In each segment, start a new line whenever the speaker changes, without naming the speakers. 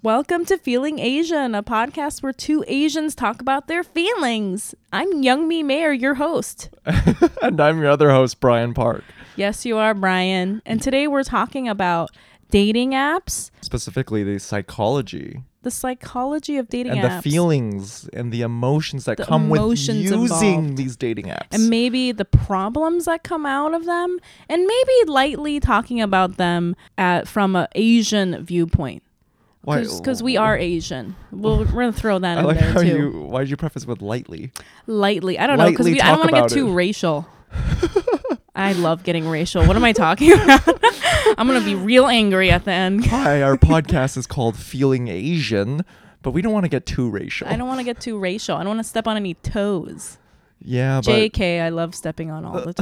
Welcome to Feeling Asian, a podcast where two Asians talk about their feelings. I'm Young Me Mayer, your host.
and I'm your other host, Brian Park.
Yes, you are, Brian. And today we're talking about dating apps,
Specifically, the psychology
the psychology of dating
and
apps,
the feelings and the emotions that
The
come
emotions
with using
involved.
these dating apps.
and maybe the problems that come out of them, and maybe lightly talking about them at, from an Asian viewpoint.
Why-
Because we are Asian. We'll, we're going to throw that
I
in
like
there
how
too.
you. Why did you preface with lightly?
lightly. I don't know because
Lightly
we. I don't
talk
want to get too
about it.
racial. I love getting racial. What am I talking about? I'm gonna be real angry at the end.
Hi, our podcast is called Feeling Asian, but we don't want to get too racial.
I don't want to get too racial. I don't want to step on any toes.
Yeah, but
Jk, I love stepping on all the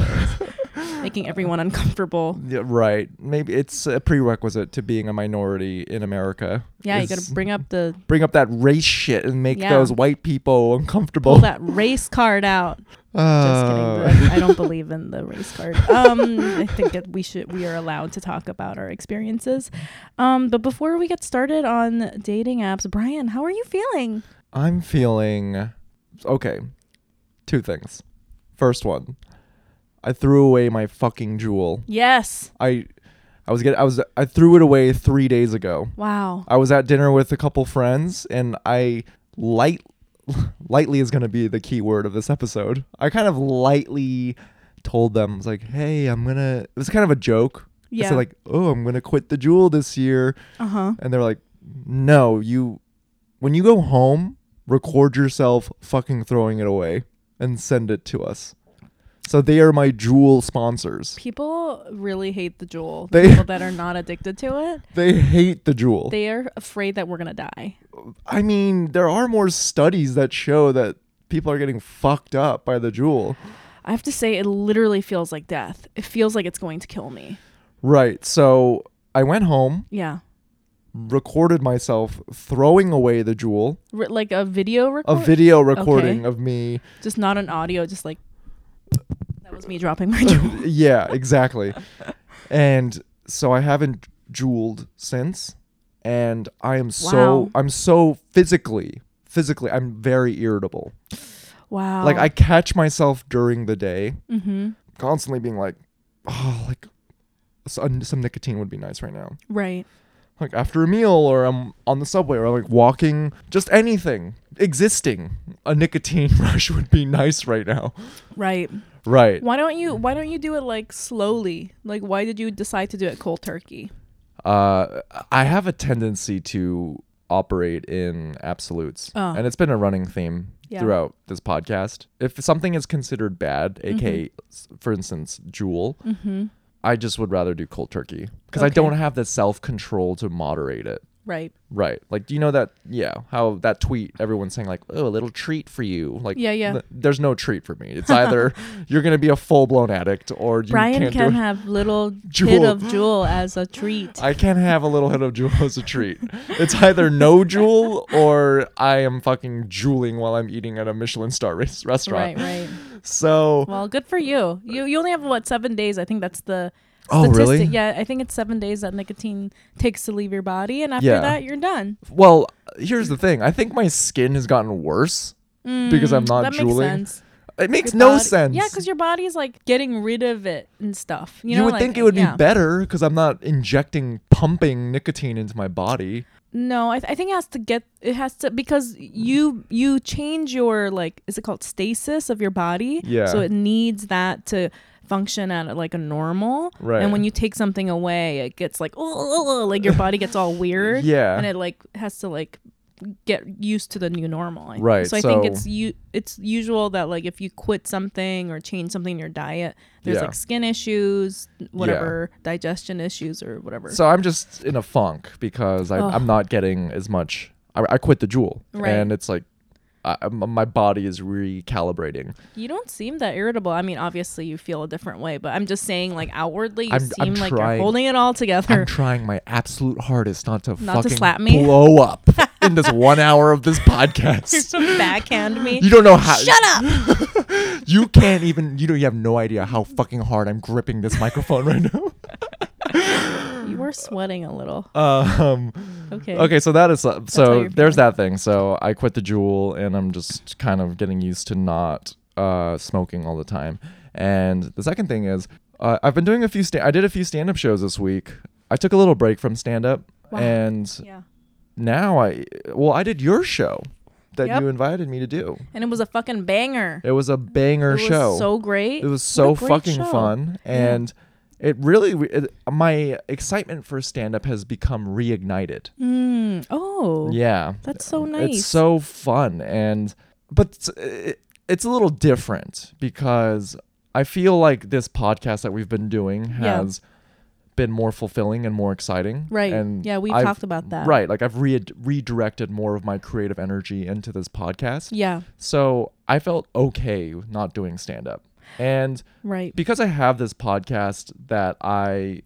toes, making everyone uncomfortable.
yeah, right. Maybe it's a prerequisite to being a minority in America.
Yeah, you
is
gotta bring up the
bring up that race shit and make
Yeah.
those white people uncomfortable.
pull that race card out. Just
Uh,
kidding. but I don't believe in the race card. Um, I think that we should we are allowed to talk about our experiences. Um, but before we get started on dating apps, Brian, how are you feeling?
I'm feeling okay. Two things. First one, I threw away my fucking jewel.
Yes.
I, I was getting. I was. I threw it away three days ago.
Wow.
I was at dinner with a couple friends, and I light, lightly is going to be the key word of this episode. I kind of lightly told them, I was like, "Hey, I'm gonna." It was kind of a joke. I
Yeah.
said like, "Oh, I'm gonna quit the jewel this year."
Uh huh.
And they're like, no, you, when you go home, record yourself fucking throwing it away and send it to us. So they are my jewel sponsors.
People really hate the jewel.
They-
people that are not addicted to it,
They hate the jewel.
they are afraid that we're gonna die.
I mean, there are more studies that show that people are getting fucked up by the jewel.
I have to say, it literally feels like death. It feels like it's going to kill me.
Right. So I went home,
Yeah.
recorded myself throwing away the jewel,
R- like a video
a
record,
video recording of me.
just not an audio, just like that was me dropping my jewel.
yeah, exactly. and so I haven't jeweled since, and I am
Wow.
so I'm so physically physically I'm very irritable.
Wow.
Like I catch myself during the day
Oh. Mm-hmm.
constantly being like, oh, like some, some nicotine would be nice right now.
Right.
Like after a meal, or I'm on the subway, or like walking, just anything existing. A nicotine rush would be nice right now.
Right.
Right.
Why don't you? Why don't you do it like slowly? Like, why did you decide to do it cold turkey?
Uh, I have a tendency to operate in absolutes,
Oh.
and it's been a running theme
Yeah.
throughout this podcast. If something is considered bad, aka, s for instance, Jewel,
Mm-hmm.
I just would rather do cold turkey because I
Okay.
don't have the self control to moderate it.
Right.
Right, like do you know that? Yeah, how that tweet everyone's saying like, "Oh, a little treat for you." Like,
Yeah, yeah.
th- there's no treat for me. It's either you're gonna be a full blown addict or you
Brian
can't
can
do it.
have little bit
Jewel.
of jewel as a treat.
I can't have a little hit of jewel as a treat. It's either no jewel or I am fucking jeweling while I'm eating at a Michelin star res-
Right,
restaurant.
right.
So,
Well, good for you. You you only have what seven days? I think that's the
Oh,
statistic.
really?
Yeah, I think it's seven days that nicotine takes to leave your body, and after
Yeah.
that, you're done.
well, here's the thing. I think my skin has gotten worse because I'm not
Mm, that
jeweling.
makes sense.
It makes
Your
no
body-
sense.
Yeah, because your body's like getting rid of it and stuff. You,
you,
know,
would
like,
think it would
yeah.
be better because I'm not injecting, pumping nicotine into my body.
No, I, th- I think it has to get it has to because you you change your like is it called stasis of your body?
Yeah.
So it needs that to function at like a normal.
Right.
And when you take something away, it gets like oh like your body gets all weird.
Yeah.
And it like has to like get used to the new normal. I think.
Right,
So I think
so-
it's you it's usual that like if you quit something or change something in your diet, there's
Yeah.
like skin issues, whatever, digestion issues or whatever.
So I'm just in a funk because I,
Ugh.
I'm not getting as much. I, I quit the jewel,
Right.
and it's like I, I'm- my body is recalibrating.
You don't seem that irritable. I mean, obviously you feel a different way, but I'm just saying, like outwardly, you
I'm-
seem
I'm
like you're
trying.
holding it all
I'm
together.
trying my absolute hardest not to
Not to
fucking
slap me.
blow up in this one hour of this
You're
podcast.
so backhand me.
You don't know how.
Shut up!
You can't even. You know. You have no idea how fucking hard I'm gripping this microphone right now.
You We're sweating a little.
Um,
Okay.
okay, so that is uh, so
how you're
there's
feeling.
that thing. So I quit the jewel, and I'm just kind of getting used to not uh, smoking all the time. And the second thing is, uh, I've been doing a few. Sta- I did a few stand-up shows this week. I took a little break from stand-up,
Wow.
and
Yeah.
now I well, I did your show that
Yep.
you invited me to do.
And it was a fucking banger.
It was a banger
It was
show.
so great.
It was so
great
fucking
show.
fun, and it really it, my excitement for stand up has become reignited.
Mm. Oh.
Yeah,
That's so nice.
It's so fun, and but it's, it, it's a little different because I feel like this podcast that we've been doing
Yeah.
has been more fulfilling and more exciting.
Right.
And
Yeah, we've
I've-
talked about that.
Right. Like I've re- redirected more of my creative energy into this podcast.
Yeah.
So I felt okay not doing stand up. And
Right.
because I have this podcast that I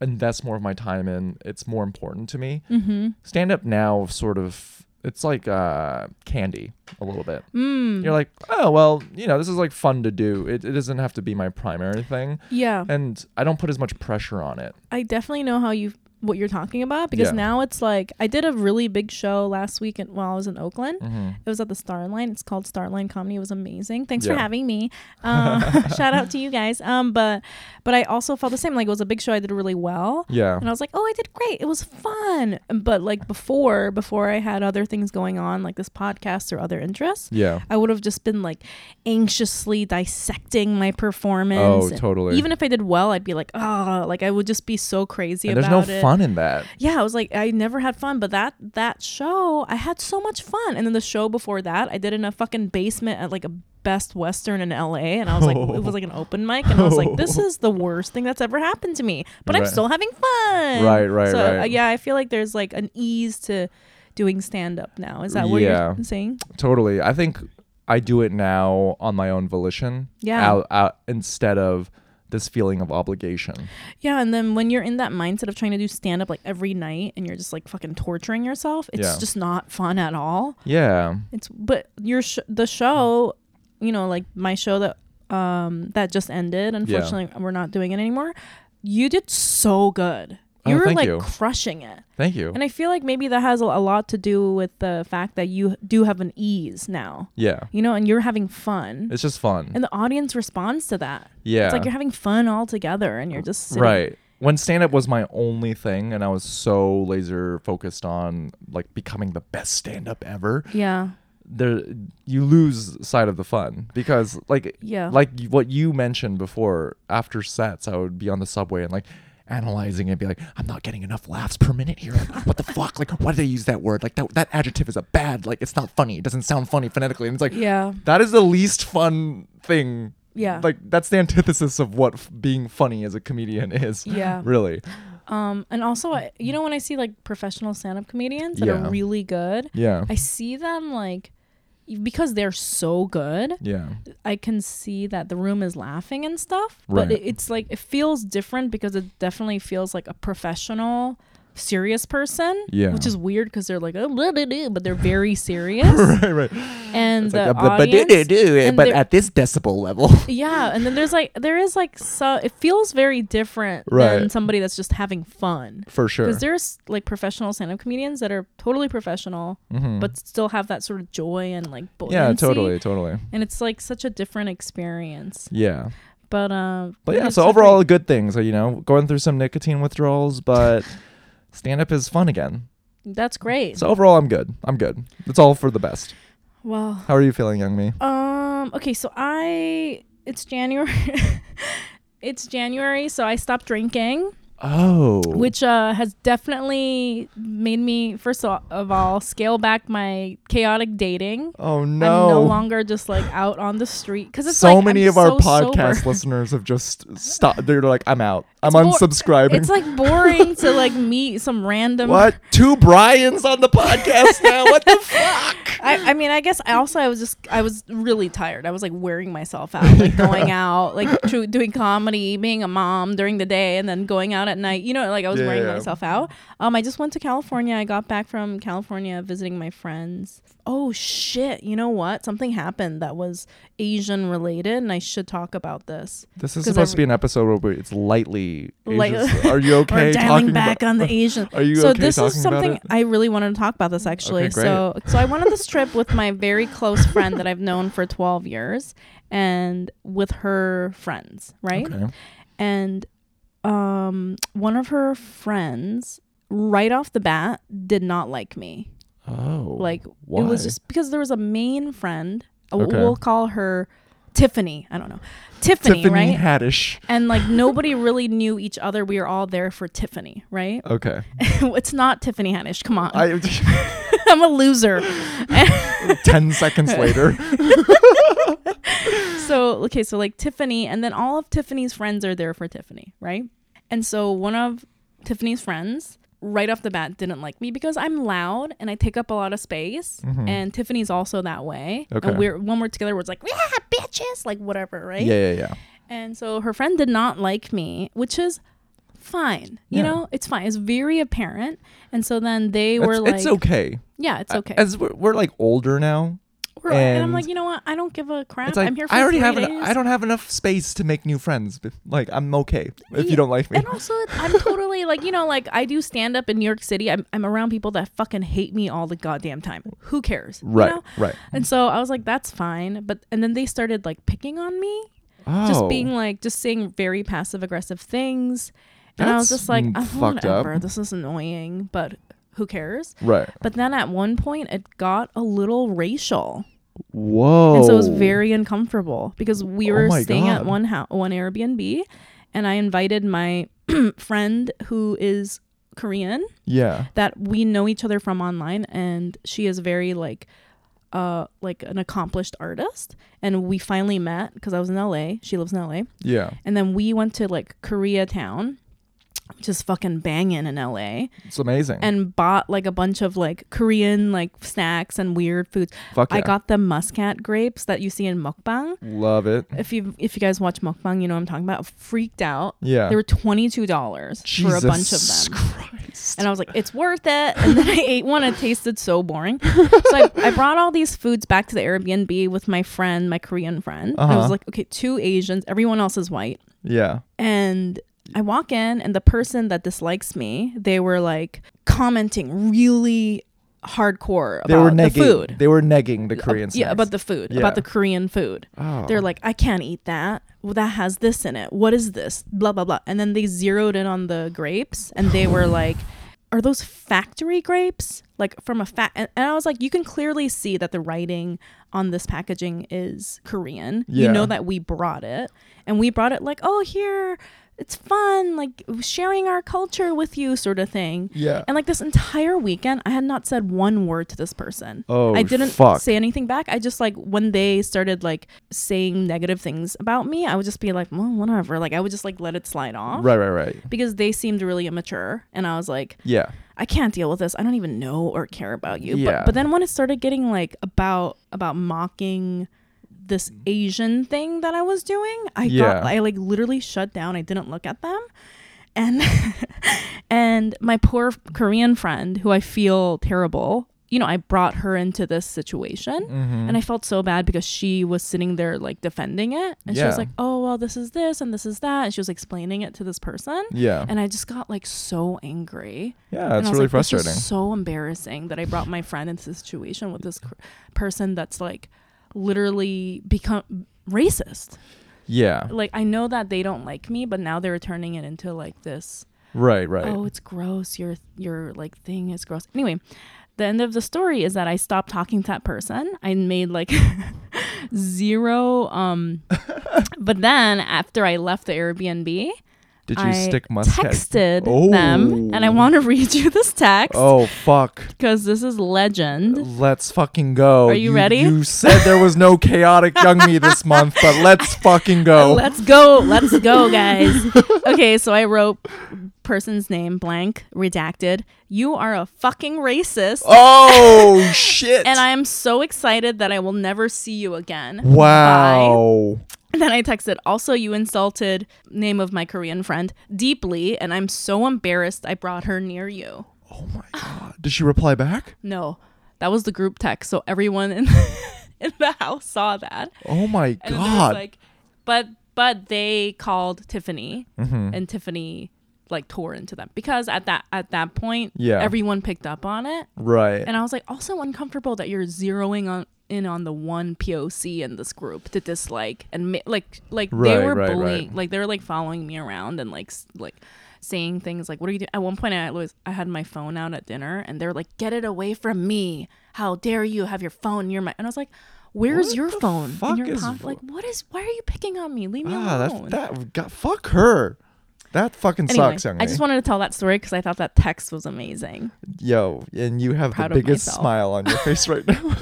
invest more of my time in, it's more important to me.
Mm-hmm.
Stand up now sort of it's like uh, candy a little bit.
Mm.
You're like, oh well, you know, this is like fun to do. It, it doesn't have to be my primary thing,
yeah.
and I don't put as much pressure on it.
I definitely know how you what you're talking about because
Yeah.
now it's like I did a really big show last week and while I was in Oakland.
hmm
It was at the Starline. It's called Starline Comedy. It was amazing. Thanks for
Yeah.
having me. Um, shout out to you guys. Um, but but I also felt the same. Like it was a big show. I did really well.
Yeah,
And I was like, oh, I did great. It was fun. But like before, before I had other things going on, like this podcast or other interests,
yeah,
I would have just been like anxiously dissecting my performance.
Oh,
And
totally.
Even if I did well, I'd be like, oh, like I would just be so crazy
and there's no
about it.
fun in that.
Yeah, I was like, I never had fun, but that that show, I had so much fun. And then the show before that, I did in a fucking basement at like a Best Western in LA, and I was like, it was like an open mic, and I was like, this is the worst thing that's ever happened to me, but I'm
Right.
still having fun.
Right, right,
so, uh,
right.
yeah, I feel like there's like an ease to doing stand up now. Is that what
Yeah.
you're saying?
Totally. I think I do it now on my own volition.
Yeah.
Out, out, instead of this feeling of obligation.
Yeah, and then when you're in that mindset of trying to do stand up like every night, and you're just like fucking torturing yourself, it's
Yeah.
just not fun at all.
Yeah.
It's but your sh- the show, you know, like my show that um that just ended. Unfortunately, we're not doing it anymore. You did so good.
Oh,
You were
thank
like
you.
crushing it.
Thank you.
And I feel like maybe that has a, a lot to do with the fact that you do have an ease now.
yeah.
You know, and you're having fun.
It's just fun.
and the audience responds to that.
yeah.
It's like you're having fun all together and you're just sitting.
right. When stand up was my only thing and I was so laser focused on like becoming the best stand up ever,
Yeah.
there you lose sight of the fun because like
Yeah.
like y- what you mentioned before after sets I would be on the subway and like analyzing it be like I'm not getting enough laughs per minute here like, what the fuck like why did they use that word like that that adjective is a bad like it's not funny it doesn't sound funny phonetically and it's like
Yeah.
that is the least fun thing
Yeah.
like that's the antithesis of what f- being funny as a comedian is
Yeah.
really
Um and also I- you know when I see like professional stand-up comedians that
Yeah.
are really good,
yeah
I see them like because they're so good,
yeah
I can see that the room is laughing and stuff.
Right.
But it, it's like it feels different because it definitely feels like a professional, serious person.
Yeah.
Which is weird because they're like, oh, blah, blah, blah," but they're very serious.
right right
and the
Like, uh, but- but
audience,
do-do-do,
and
but
they're-
at this decibel level
yeah, and then there's like there is like so it feels very different than
Right.
somebody that's just having fun.
for sure
Because there's like professional stand-up comedians that are totally professional,
Mhm.
but still have that sort of joy and like buoyancy.
yeah totally totally
and it's like such a different experience.
yeah
But um,
But yeah,
it's
so
a
overall, a good thing. So you know, going through some nicotine withdrawals, but stand up is fun again.
great- that's great.
So overall, I'm good. I'm good. It's all for the best.
well,
How are you feeling, young me?
um, okay, so I it's January. it's January, so I stopped drinking,
Oh,
which uh, has definitely made me first o- of all scale back my chaotic dating.
oh
I'm no
no.
longer just like out on the street because it's
so
like,
many
I'm
of our
so
podcast
sober.
listeners have just stopped. They're like, I'm out. I'm
more-
unsubscribing.
It's like boring to like meet some random
what? Two Brian's on the podcast now? What the fuck?
I, I mean, I guess I also I was just I was really tired. I was like wearing myself out, like going out, like tru- doing comedy, being a mom during the day, and then going out at night. You know, like I was wearing
Yeah.
myself out. Um, I just went to California. I got back from California visiting my friends. Oh shit! You know what? Something happened that was Asian related, and I should talk about this.
This is
'Cause
supposed to
every-
be an episode where we- it's lightly.
Light-
Asians- Are you okay
We're
talking
dialing back
about-
on the Asian.
Are you
so
okay
this
talking
is
about
something
it?
I really wanted to talk about this actually.
Okay, great.
So so I went on this trip with my very close friend that I've known for 12 years and with her friends, right?
Okay.
And um one of her friends right off the bat did not like me.
Oh.
Like
why?
it was just because there was a main friend. Uh,
Okay.
We'll call her Tiffany. I don't know. Tiffany,
Tiffany
right?
Haddish.
and like nobody really knew each other. We were all there for Tiffany, right?
Okay.
it's not Tiffany Haddish. Come on, I,
I,
am a loser.
ten seconds later.
so okay, so like Tiffany, and then all of Tiffany's friends are there for Tiffany, right? And so one of Tiffany's friends right off the bat didn't like me because I'm loud and I take up a lot of space, and Tiffany's also that way.
Mm-hmm. Okay.
And we're when we're together, we're just like yeah, bitches, like whatever, right?
Yeah, yeah, yeah.
And so her friend did not like me, which is fine. You
Yeah.
know, it's fine. It's very apparent. And so then they
It's,
were like,
it's okay.
yeah, it's okay.
As we're, we're like older now.
We're- and, I'm
and-
like, you know what? I don't give a crap.
It's like
I'm here for
I already
three
have.
days.
An, I don't have enough space to make new friends. but, Like I'm okay if
Yeah,
you don't like me.
And also, I'm totally like, you know, like I do stand up in New York City. I'm, I'm around people that fucking hate me all the goddamn time. Who cares? you
Right,
know?
right.
And so I was like, that's fine. But, and then they started like picking on me,
Oh,
just being like, just saying very passive aggressive things. And I was
That's
just like,
mm,
oh,
fucked up.
whatever. This is annoying, but who cares?
right.
But then at one point, it got a little racial.
Whoa.
and so it was very uncomfortable because we
Oh
were
my
staying at
God.
one house, one Airbnb, and I invited my friend who is Korean
Yeah.
that we know each other from online, and she is very like, uh, like an accomplished artist, and we finally met because I was in LA. She lives in LA,
Yeah.
and then we went to like Koreatown, which is fucking banging in LA,
It's amazing.
and bought like a bunch of like Korean like snacks and weird foods.
Fuck
I
yeah.
got the muscat grapes that you see in mukbang.
Love it.
If you if you guys watch mukbang, you know what I'm talking about. Freaked out.
Yeah.
They were twenty two dollars for a
Jesus
bunch of them.
Christ.
And I was like, it's worth it. And then I ate one. It tasted so boring. So I, I brought all these foods back to the Airbnb with my friend, my Korean friend. I was
Uh-huh.
like, okay, two Asians. Everyone else is white.
yeah.
And I walk in, and the person that dislikes me, they were like commenting really hardcore about
They were
the
negging.
food.
They were negging the Korean.
Yeah,
snacks.
about the food,
Yeah.
about the Korean food.
Oh.
They're like, I can't eat that. Well, that has this in it. What is this? Blah blah blah. And then they zeroed in on the grapes, and they were like, "Are those factory grapes? Like from a fat?" And, and I was like, "You can clearly see that the writing on this packaging is Korean. You
Yeah.
know that we brought it, and we brought it like, oh here." It's fun, like sharing our culture with you, sort of thing.
Yeah.
And like this entire weekend, I had not said one word to this person.
Oh,
I didn't
fuck.
say anything back. I just like when they started like saying negative things about me, I would just be like, well, whatever. Like I would just like let it slide off
Right. Right. Right.
because they seemed really immature, and I was like,
Yeah.
I can't deal with this. I don't even know or care about you.
Yeah.
But, but then when it started getting like about about mocking this Asian thing that I was doing, I
Yeah.
got I like literally shut down. I didn't look at them. And and my poor Korean friend who I feel terrible. You know, I brought her into this situation
Mm-hmm.
and I felt so bad because she was sitting there like defending it and she was
Yeah.
like, "Oh, well, this is this and this is that." And she was explaining it to this person.
Yeah.
And I just got like so angry.
yeah.
And
That's
I was
really
like, this is
frustrating.
so embarrassing that I brought my friend into this situation with this cr- person that's like literally become racist.
yeah.
Like I know that they don't like me, but now they're turning it into like this.
Right. Right.
Oh, it's gross. Your your like thing is gross. Anyway, the end of the story is that I stopped talking to that person. I made like zero. Um, but then after I left the Airbnb,
Did you
I
stick mustache?
texted them, and I
Oh.
want to read you this text
Oh fuck.
because this is legend.
Let's fucking go.
Are you ready?
You said there was no chaotic young me this month, but let's fucking go.
Let's go, let's go, guys. okay, so I wrote person's name blank redacted. You are a fucking racist.
oh shit.
And I am so excited that I will never see you again. Bye.
wow.
And then I texted, also, you insulted name of my Korean friend deeply, and I'm so embarrassed I brought her near you.
Oh my god. Did she reply back?
No, that was the group text, so everyone in in the house saw that.
Oh my
And then there was
god.
like, but but they called Tiffany,
Mm-hmm.
and Tiffany like tore into them because at that at that point,
Yeah.
everyone picked up on it,
right.
and I was like, also uncomfortable that you're zeroing on in on the one POC in this group to dislike and ma- like like
Right,
they were
right, right.
bullying, like they were like following me around and like s- like saying things like, "What are you doing?" At one point, I was I had my phone out at dinner, and they were like, "Get it away from me! How dare you have your phone near my?" And I was like. Where's
What
your
the
phone? in
fuck
your
is-
pocket?" like, what is? Why are you picking on me? Leave me
ah,
alone.
that that God, fuck her. That fucking
anyway,
sucks, young
I just
lady.
wanted to tell that story because I thought that text was amazing.
Yo, and you have the
Proud of
biggest
myself.
smile on your face right now.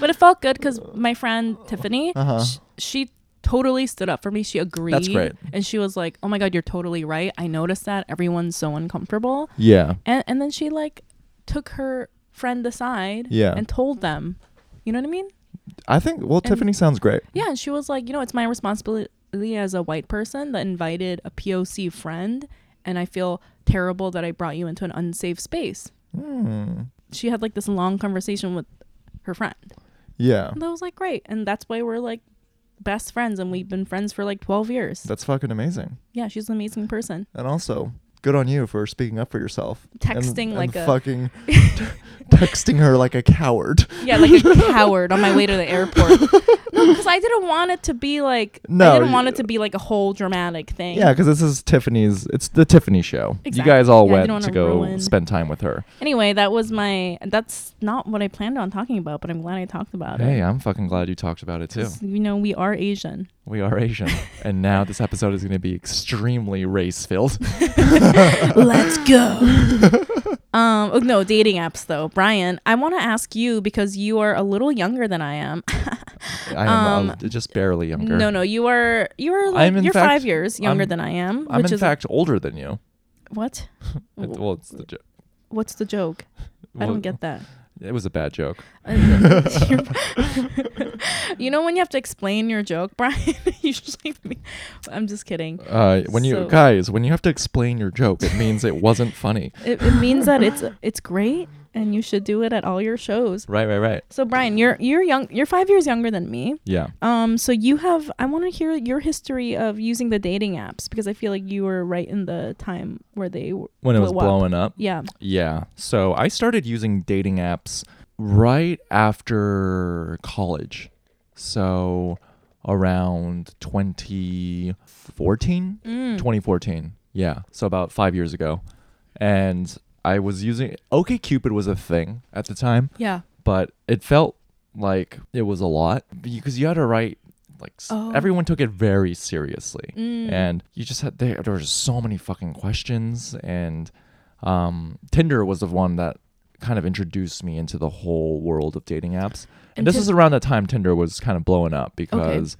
But it felt good because my friend Tiffany,
Uh-huh.
sh- she totally stood up for me. She agreed.
great.
And she was like, "Oh my god, you're totally right. I noticed that. Everyone's so uncomfortable."
yeah.
And and then she like took her friend aside.
Yeah.
And told them, you know what I mean?
I think well Tiffany sounds great.
Yeah. And she was like, you know, it's my responsibility as a white person that invited a POC friend, and I feel terrible that I brought you into an unsafe space.
Hmm.
She had like this long conversation with her friend.
Yeah.
And I was like, great. And that's why we're like best friends and we've been friends for like 12 years.
That's fucking amazing.
Yeah, she's an amazing person.
And also, good on you for speaking up for yourself. And-
Texting
and
like a-
fucking texting her like a coward.
Yeah, like a coward on my way to the airport. No, because I didn't want it to be like,
No,
I didn't want
y-
it to be like a whole dramatic thing.
Yeah, because this is Tiffany's. It's the Tiffany show. You
Exactly.
guys all
Yeah, you don't
went to
wanna
go
ruin-
spend time with her.
Anyway, that was my, that's not what I planned on talking about, but I'm glad I talked about
Hey,
it.
I'm fucking glad you talked about it too.
'Cause, You know, we are Asian.
We are Asian, and now this episode is going to be extremely race filled.
Let's go. um, oh, no, dating apps though. Brian, I want to ask you because you are a little younger than I am.
I am
Um,
uh, just barely younger.
No, no, you are you are like,
I'm in
you're
fact-
five years younger
I'm-
than I am,
I'm
which
in
is
fact older than you.
what?
It,
W-
well, it's the jo-
What's the joke? I
well,
don't get that.
It was a bad joke.
you know when you have to explain your joke, Brian. Usually, me- I'm just kidding.
Uh, when you
So-
guys, when you have to explain your joke, it means it wasn't funny.
It, it means that it's it's great, and you should do it at all your shows.
Right, right, right.
So, Brian, you're you're young. You're five years younger than me.
Yeah.
Um, so you have. I want to hear your history of using the dating apps because I feel like you were right in the time where they. w-
When it was
blew up.
blowing up.
Yeah.
Yeah. So I started using dating apps right after college. So around 2014,
Mm.
2014. Yeah. So about 5 years ago. And I was using OkCupid was a thing at the time,
Yeah.
but it felt like it was a lot because you had to write like s
Oh.
everyone took it very seriously
Mm.
and you just had there, there were just so many fucking questions and um, tinder was the one that kind of introduced me into the whole world of dating apps and,
And
this
Tin-
is around the time tinder was kind of blowing up because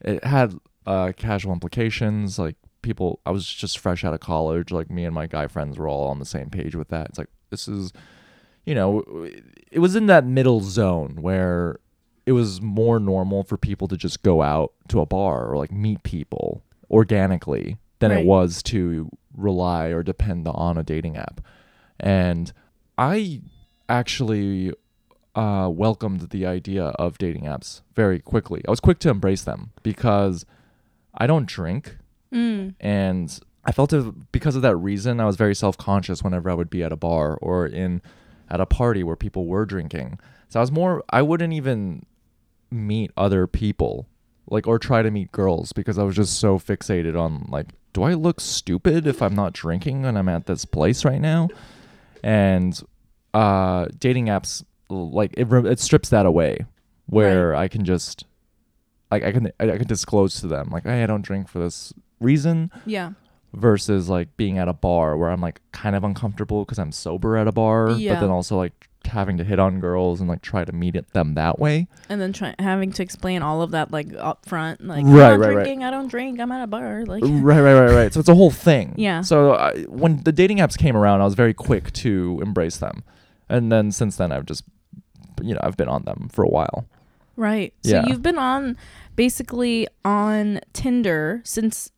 it had uh, casual implications like people i was just fresh out of college like me and my guy friends were all on the same page with that it's like this is you know it was in that middle zone where it was more normal for people to just go out to a bar or like meet people organically than
Right.
it was to rely or depend on a dating app. And I actually uh, welcomed the idea of dating apps very quickly. I was quick to embrace them because I don't drink
Mm.
and I felt it because of that reason I was very self-conscious whenever I would be at a bar or in at a party where people were drinking. So I was more I wouldn't even meet other people like or try to meet girls because I was just so fixated on like do I look stupid if I'm not drinking and I'm at this place right now? And uh dating apps like it re- it strips that away where I can just like I can I, I can disclose to them like hey I don't drink for this reason
Yeah.
versus like being at a bar where I'm like kind of uncomfortable because I'm sober at a bar,
Yeah.
but then also like having to hit on girls and like try to meet at them that way.
And then try- having to explain all of that like up front, like I'm
Right,
not
right, right.
drinking, I don't drink, I'm at a bar. Like
right, right, right, right. So it's a whole thing.
Yeah.
So I, when the dating apps came around, I was very quick to embrace them, and then since then I've just, you know, I've been on them for a while.
Right. So
Yeah.
you've been on basically on Tinder since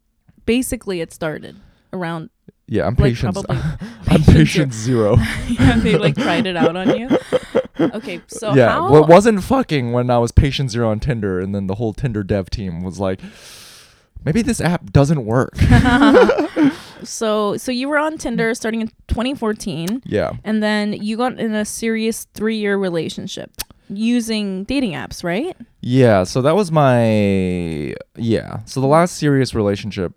basically it started around
Yeah, I'm
like
patient.
probably
I'm patient
patient
zero.
yeah, they like tried it out on you. Okay, so
yeah,
how
well, it wasn't fucking when I was patient zero on Tinder, and then the whole Tinder dev team was like, maybe this app doesn't work.
so so you were on Tinder starting in 2014
yeah.
and then you got in a serious 3-year relationship using dating apps, right?
Yeah, so that was my yeah. So the last serious relationship,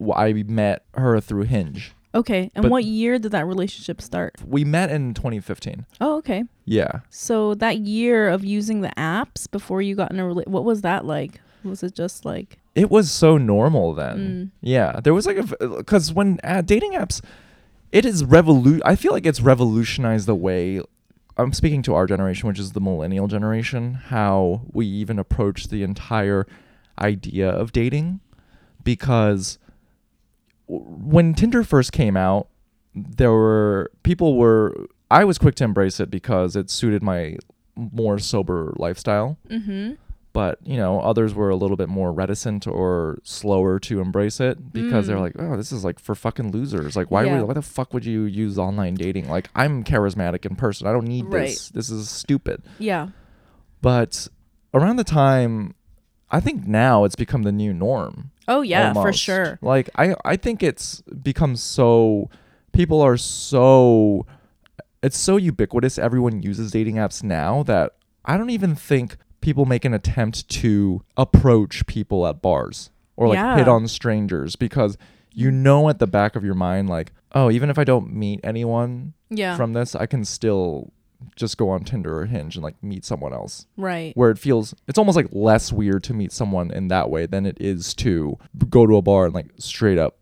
w- I met her through Hinge.
Okay. And
But-
what year did that relationship start?
We met in 2015.
Oh, okay.
Yeah.
So that year of using the apps before you got in a rela- what was that like? Was it just like
It was so normal then. Yeah. There was like a cuz when uh, dating apps it is revolu I feel like it's revolutionized the way I'm speaking to our generation, which is the millennial generation, how we even approach the entire idea of dating because w- when Tinder first came out, there were people were I was quick to embrace it because it suited my more sober lifestyle.
mhm
but you know others were a little bit more reticent or slower to embrace it because they're
Mm.
like oh this is like for fucking losers like why
Yeah.
would, why the fuck would you use online dating like i'm charismatic in person i don't need
Right.
this this is stupid
yeah.
but around the time i think now it's become the new norm
Oh yeah, for
almost.
sure.
Like I, I think it's become so. People are so. It's so ubiquitous. Everyone uses dating apps now that I don't even think people make an attempt to approach people at bars or like
Yeah.
hit on strangers because you know at the back of your mind like oh even if I don't meet anyone
Yeah.
from this I can still just go on Tinder or Hinge and like meet someone else
right.
where it feels it's almost like less weird to meet someone in that way than it is to go to a bar and like straight up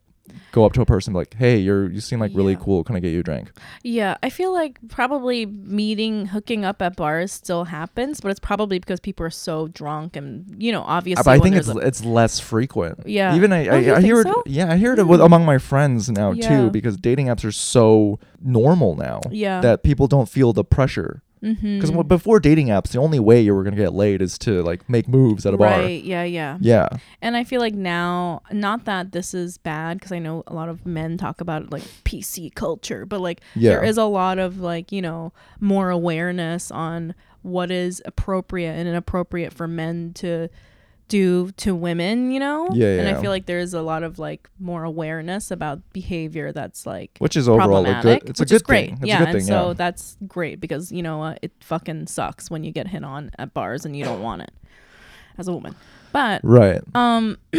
go up to a person and be like hey you're you seem like really
Yeah.
cool can i get you a drink
Yeah, I feel like probably meeting, hooking up at bars still happens, but it's probably because people are so drunk and you know, obviously.
but i
when
think
there's
it's
a-
it's less frequent
Yeah.
even i
Oh, you
i, I
think
hear it
so?
yeah i hear it with, among my friends now
Yeah.
too because dating apps are so normal now
Yeah.
that people don't feel the pressure because
Mhm.
before dating apps the only way you were gonna get laid is to like make moves at a bar
right? Yeah, yeah.
yeah
And I feel like now, not that this is bad, because I know a lot of men talk about like PC culture, but like
Yeah.
there is a lot of like you know more awareness on what is appropriate and inappropriate for men to do to women, you know.
Yeah, yeah,
And I
yeah.
feel like there is a lot of like more awareness about behavior that's like
which is overall a
problematic,
good it's
which
a good
is great.
thing it's
yeah,
a good thing
and so
yeah.
that's great because you know what, it fucking sucks when you get hit on at bars and you don't want it as a woman. But
right
um,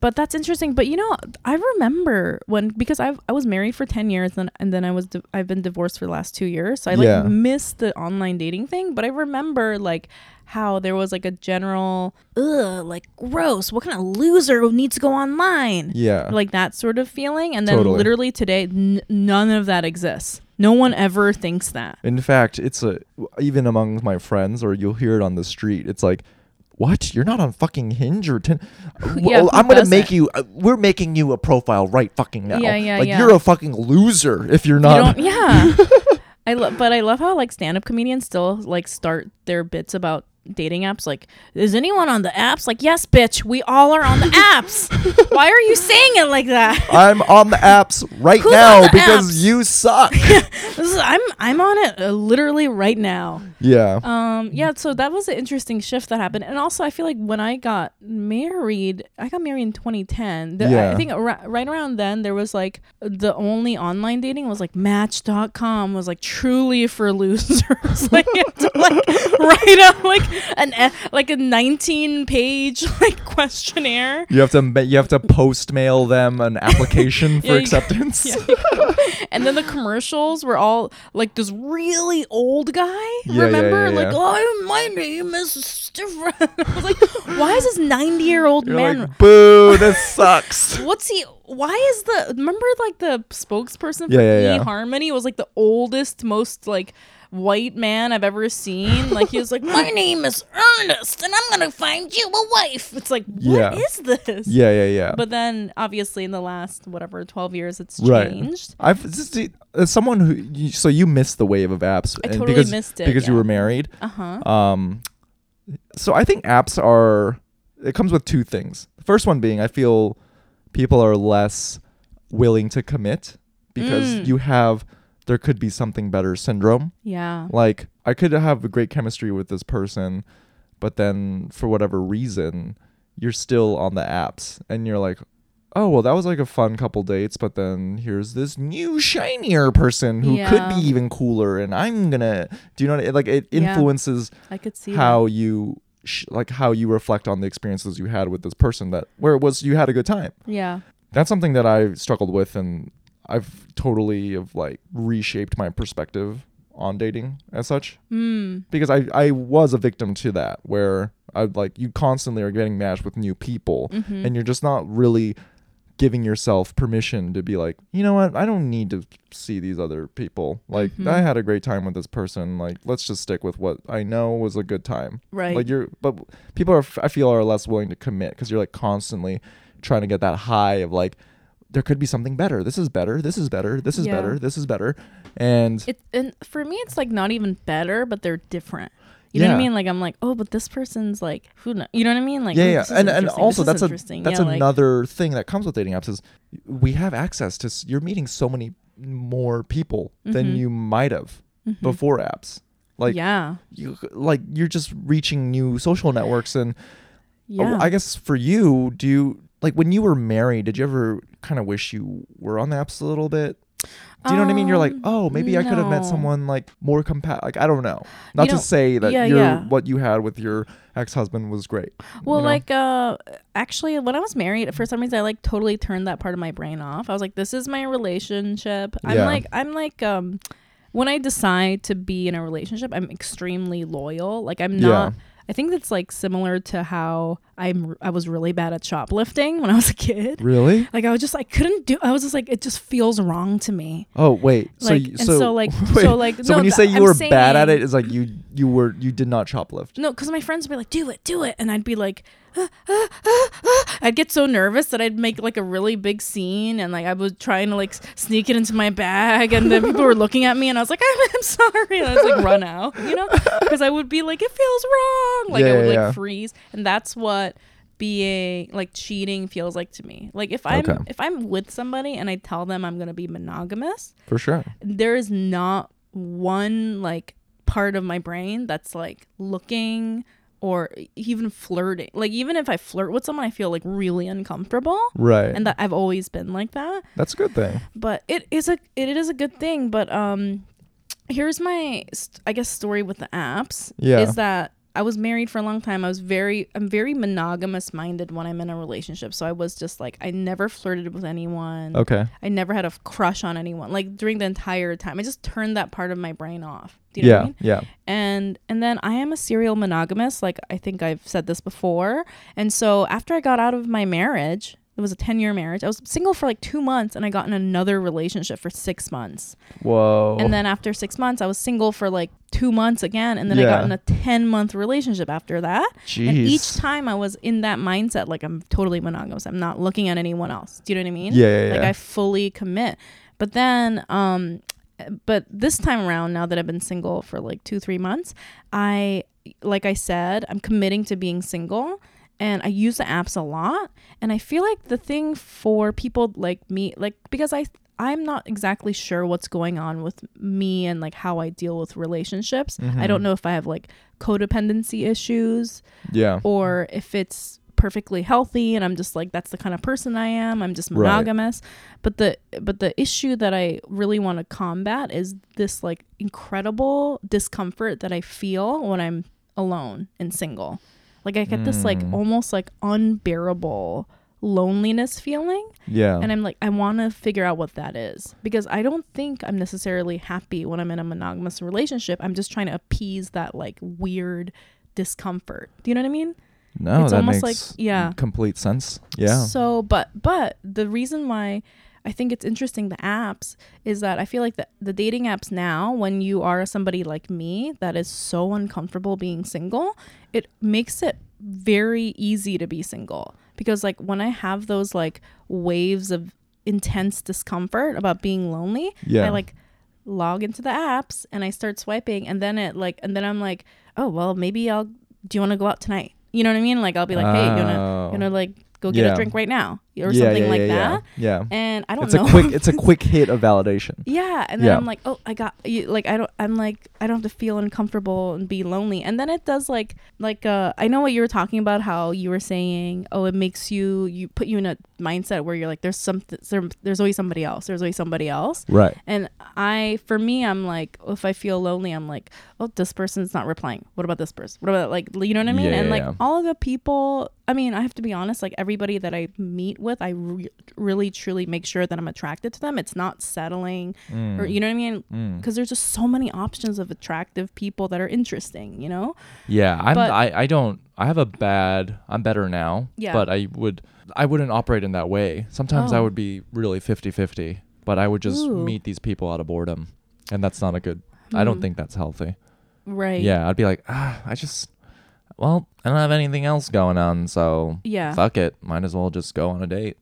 but that's interesting. But you know, I remember when because I I was married for ten years and and then I was di- I've been divorced for the last two years, so I like
Yeah.
missed the online dating thing. But I remember like how there was like a general ugh like gross. What kind of loser who needs to go online?
yeah
Like that sort of feeling, and then
Totally.
literally today, n- none of that exists. No one ever thinks that.
In fact, it's a even among my friends, or you'll hear it on the street. It's like, what? You're not on fucking Hinge or Tin?
Yeah,
well,
who
I'm gonna
doesn't?
make you. Uh, we're making you a profile right fucking now.
Yeah, yeah,
like
yeah.
you're a fucking loser if you're
You
not.
don't, yeah. I love, but I love how like stand-up comedians still like start their bits about dating apps. Like, is anyone on the apps? Like, yes, bitch, we all are on the apps. Why are you saying it like that?
I'm on the apps right
Who's on
now
the
because
apps?
you suck.
This is, I'm I'm on it uh, literally right now.
yeah.
Um, yeah. So that was an interesting shift that happened, and also I feel like when I got married, I got married in 2010. The, I- I,
Yeah.
think ar- right around then there was like the only online dating was like Match.com was like truly for losers. like, it's, like right up like an e- like a 19 page like questionnaire.
You have to ma- you have to post mail them an application
Yeah,
for
you-
acceptance.
Yeah. and then the commercials were all like this really old guy.
Yeah, yeah,
remember,
yeah,
like,
yeah.
oh, my name is Stefan. I was like, why is this 90 year old
You're
man?
like, boo, this sucks.
What's he? Why is the remember like the spokesperson for
Yeah, yeah, yeah.
Harmony was like the oldest, most like white man I've ever seen. Like he was like, my name is Ernest, and I'm gonna find you a wife. It's like, what is
Yeah.
this?
yeah, yeah, yeah.
But then, obviously, in the last whatever twelve years, it's
Right.
changed.
I've just, as someone who you, so you missed the wave of apps
I
and
totally
because
missed it,
because you
yeah.
were married.
Uh huh.
Um, so I think apps are it comes with two things. The first one being I feel people are less willing to commit because
Mm.
you have there could be something better syndrome.
Yeah.
Like I could have a great chemistry with this person, but then for whatever reason you're still on the apps and you're like. Oh well, that was like a fun couple dates, but then here's this new shinier person who could
Yeah.
be even cooler, and I'm gonna. Do you know? What I, like it
Yeah.
influences
I could see
how you sh- like how you reflect on the experiences you had with this person that where it was you had a good time
That. Yeah.
that's something that i've struggled with and i've totally have like reshaped my perspective on dating as such
Mm.
because i i was a victim to that where i like you constantly are getting matched with new people
Mhm.
and you're just not really giving yourself permission to be like you know what i don't need to see these other people like
Mhm.
i had a great time with this person like let's just stick with what i know was a good time
Right.
like you're, but people are, I feel, are less willing to commit because you're like constantly trying to get that high of like, there could be something better. This is better. This is better. This is
Yeah.
better. This is better. And
it and for me it's like not even better but they're different you know what
Yeah.
i mean like i'm like oh but this person's like who know you know what i mean like
yeah,
oh,
yeah.
this is
And, and
interesting,
also
this is
that's a
interesting.
that's
yeah, like-
another thing that comes with dating apps is we have access to. s- You're meeting so many more people than
Mhm.
you might have before apps. Like
Mm-hmm. yeah
you, like you're just reaching new social networks and
yeah
Uh, I guess for you, do you like when you were married? Did you ever kind of wish you were on the apps a little bit? Do you know what I mean? You're like,
Um,
oh, maybe I could have met
no.
someone like more compa. Like I don't know. Not to
know-
say that
yeah,
your
yeah.
what you had with your ex husband was great.
well
you know?
like uh actually when i was married for some reason i like totally turned that part of my brain off i was like this is my relationship i'm
Yeah.
like i'm like um when i decide to be in a relationship i'm extremely loyal like i'm
Yeah.
not i think that's like similar to how i'm i was really bad at shoplifting when i was a kid
really?
Like I was just I couldn't do I was just like it just feels wrong to me.
Oh wait. So
Like,
you-
and
so,
so, like-
wait,
so, like,
so
no,
when you
th-
say you
I'm
were bad at
saying-
it, it's like you you were you did not shoplift.
No, because my friends would be like, "Do it, do it," and I'd be like, "Ah, ah, ah, ah." I'd get so nervous that I'd make like a really big scene, and like I was trying to like s- sneak it into my bag, and then people were looking at me, and I was like, "I'm, I'm sorry," and I was like, "Run out," you know, because I would be like, "It feels wrong," like
Yeah,
I would like
yeah, yeah.
freeze, and that's what being like cheating feels like to me. Like if I'm
Okay.
if I'm with somebody and I tell them I'm gonna be monogamous,
For sure.
there is not one like part of my brain that's like looking or even flirting. Like even if I flirt with someone, I feel like really uncomfortable.
Right.
And that I've always been like that.
That's a good thing.
But it is a it is a good thing. But um, here's my st- I guess story with the apps.
Yeah.
Is that I was married for a long time. I was very I'm very monogamous minded when I'm in a relationship. So I was just like I never flirted with anyone.
Okay.
I never had a f- crush on anyone. Like during the entire time, I just turned that part of my brain off. Do you know
yeah.
what I mean?
Yeah.
And and then I am a serial monogamist. Like I think I've said this before. And so after I got out of my marriage, it was a ten year marriage. I was single for like two months, and I got in another relationship for six months.
Whoa.
And then after six months, I was single for like two months again, and then I
Yeah.
got in a ten month relationship after that.
Jeez.
And each time I was in that mindset, like I'm totally monogamous. I'm not looking at anyone else. Do you know what I mean?
Yeah, yeah,
Like
yeah.
I fully commit. But then, um, but this time around, now that I've been single for like two, three months, I, like I said, I'm committing to being single. And I use the apps a lot. And I feel like the thing for people like me, like, because I, I'm not exactly sure what's going on with me and like how I deal with relationships.
Mm-hmm.
I don't know if I have like codependency issues
yeah.
or if it's perfectly healthy and I'm just like that's the kind of person I am. I'm just
Right.
monogamous. But the but the issue that I really want to combat is this like incredible discomfort that I feel when I'm alone and single. Like I get this like almost like unbearable loneliness feeling
Oh.
Yeah.
and I'm like I want to figure out what that is because I don't think I'm necessarily happy when I'm in a monogamous relationship. I'm just trying to appease that like weird discomfort. Do you know what I mean?
no,
it's
that
almost
makes
like- yeah.
complete sense. Yeah.
So, but but the reason why I think it's interesting the apps is that I feel like the, the dating apps now, when you are somebody like me that is so uncomfortable being single, it makes it very easy to be single because like when I have those like waves of intense discomfort about being lonely,
Yeah.
I like log into the apps and I start swiping and then it like and then I'm like, oh well, maybe I'll. Do you want to go out tonight? You know what I mean? Like I'll be like, hey, you wanna
Oh.
you know like go get
Yeah.
a drink right now or something like that.
Yeah. yeah.
And I don't
It's
know.
a quick it's a quick hit of validation.
yeah, and then
Yeah.
I'm like, oh, I got you. Like I don't. I'm like I don't have to feel uncomfortable and be lonely. And then it does like like uh I know what you were talking about how you were saying oh it makes you you put you in a mindset where you're like there's something there, there's always somebody else there's always somebody else.
Right.
And I, for me, I'm like, if I feel lonely, I'm like, oh, this person's not replying. What about this person? What about like, you know what I mean? and like
Yeah.
all of the people, I mean, I have to be honest. Like everybody that I meet with, I re- really truly make sure that I'm attracted to them. It's not settling, or
Mm.
Mm.
you know what I mean? Because there's just so many options of attractive people that are interesting. You know?
Yeah, I'm.
But-
I, I don't. I have a bad. I'm better now.
Yeah.
But I would. I wouldn't operate in that way. Sometimes I
Oh.
would be really 50-50, But I would just
Ooh. Hmm.
meet these people out of boredom, and that's not a good. I don't think that's healthy.
Right.
Yeah, I'd be like, ah, I just. Well, I don't have anything else going on, so
Yeah.
fuck it. Might as well just go on a date.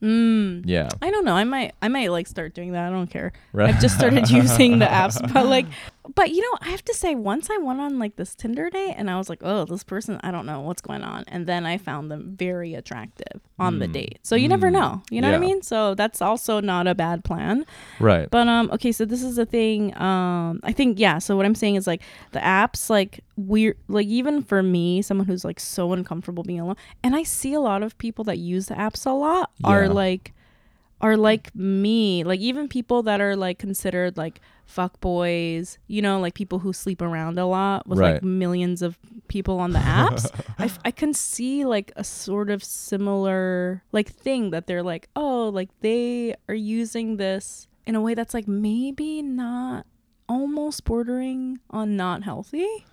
Mm.
Yeah.
I don't know. I might I might like start doing that. I don't care.
Right.
I've just started using the apps, but like but you know, I have to say once I went on like this Tinder date and I was like, "Oh, this person, I don't know what's going on." And then I found them very attractive on the date. So you never know. You know what I
Hmm. Yeah.
mean? So that's also not a bad plan.
Right.
But um okay, so this is the thing um I think yeah, so what I'm saying is like the apps like we're like even for me, someone who's like so uncomfortable being alone, and I see a lot of people that use the apps a lot are
Yeah.
like
Mm.
are like me, like even people that are like considered like fuck boys, you know, like people who sleep around a lot with
Right.
like millions of people on the apps. I, f- I can see like a sort of similar like thing that they're like, oh, like they are using this in a way that's like maybe not almost bordering on not healthy.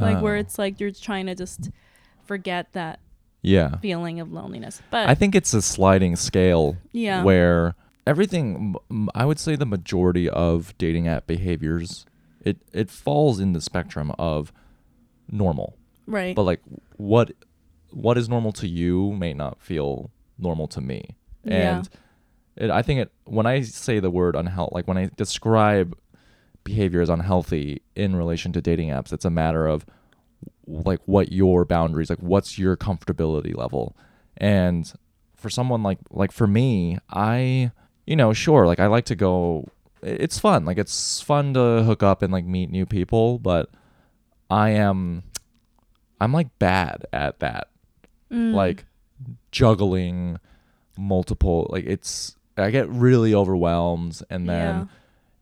Like where
Oh.
it's like you're trying to just forget that
yeah.
feeling of loneliness. But
I think it's a sliding scale
yeah.
where everything m- i would say the majority of dating app behaviors it it falls in the spectrum of normal
right.
but like what what is normal to you may not feel normal to me
Yeah.
and it i think it when i say the word unhealthy like when i describe behavior as unhealthy in relation to dating apps it's a matter of like what your boundaries like what's your comfortability level and for someone like like for me i you know sure like i like to go it's fun like it's fun to hook up and like meet new people but i am i'm like bad at that
Mm.
like juggling multiple like it's i get really overwhelmed and then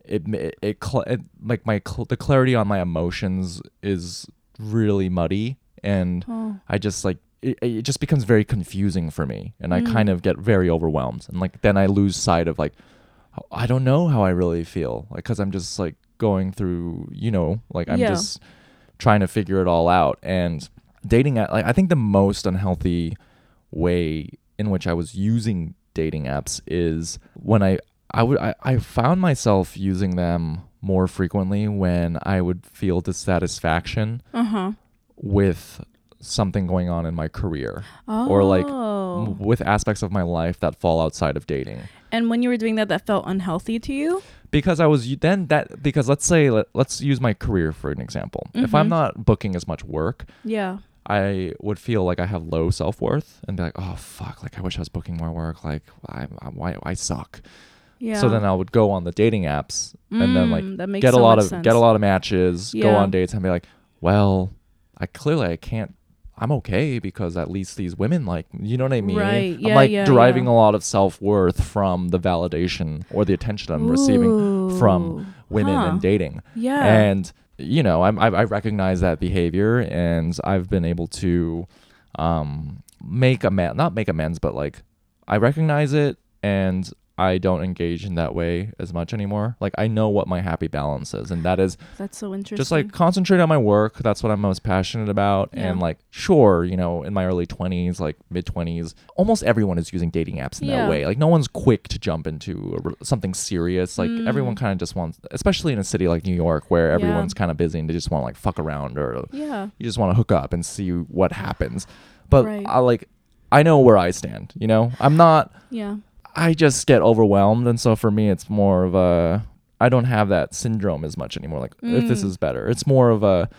Yeah.
it it, it, cl- it like my cl- the clarity on my emotions is really muddy and
Oh.
i just like it, it just becomes very confusing for me and i
Mm.
kind of get very overwhelmed and like then i lose sight of like i don't know how i really feel like cuz i'm just like going through you know like i'm
Yeah.
just trying to figure it all out and dating app like i think the most unhealthy way in which i was using dating apps is when i i would i, I found myself using them more frequently when i would feel dissatisfaction
Uh-huh.
with something going on in my career or, like,
Oh.
m- with aspects of my life that fall outside of dating
And when you were doing that, that felt unhealthy to you?
because I was then that because let's say let, let's use my career for an example. If I'm
Mhm.
not booking as much work,
Yeah.
I would feel like I have low self worth and be like, oh fuck, like I wish I was booking more work. Like I I, why I suck.
Yeah.
So then I would go on the dating apps and then like
Mm, that makes
get a
so
lot
much
of
sense.
get a lot of matches, go
Yeah.
on dates and be like, well, I clearly I can't. I'm okay because at least these women like me." you know what I mean.
Right.
I'm
Yeah,
like
yeah,
deriving
yeah.
a lot of self worth from the validation or the attention I'm receiving from
Ooh.
women
Huh.
and dating.
Yeah.
And you know, I'm, I, I recognize that behavior and I've been able to um, make amends, not make amends, but like I recognize it and I don't engage in that way as much anymore. Like I know what my happy balance is, and that is
That's so interesting.
just like concentrate on my work. That's what I'm most passionate about.
Mm-hmm. Yeah.
And like, sure, you know, in my early 20s, like mid 20s, almost everyone is using dating apps in
Yeah.
that way. Like, no one's quick to jump into a, re- something serious. Like, everyone kind of just wants, especially in a city like New York where
Mm. Yeah.
everyone's kind of busy and they just want to like fuck around or
yeah.
you just want to hook up and see what happens. But
Right.
I like, I know where I stand, you know? I'm not.
Yeah.
I just get overwhelmed, and so for me, it's more of a I don't have that syndrome as much anymore. Like if this
Mm.
is better, it's more of a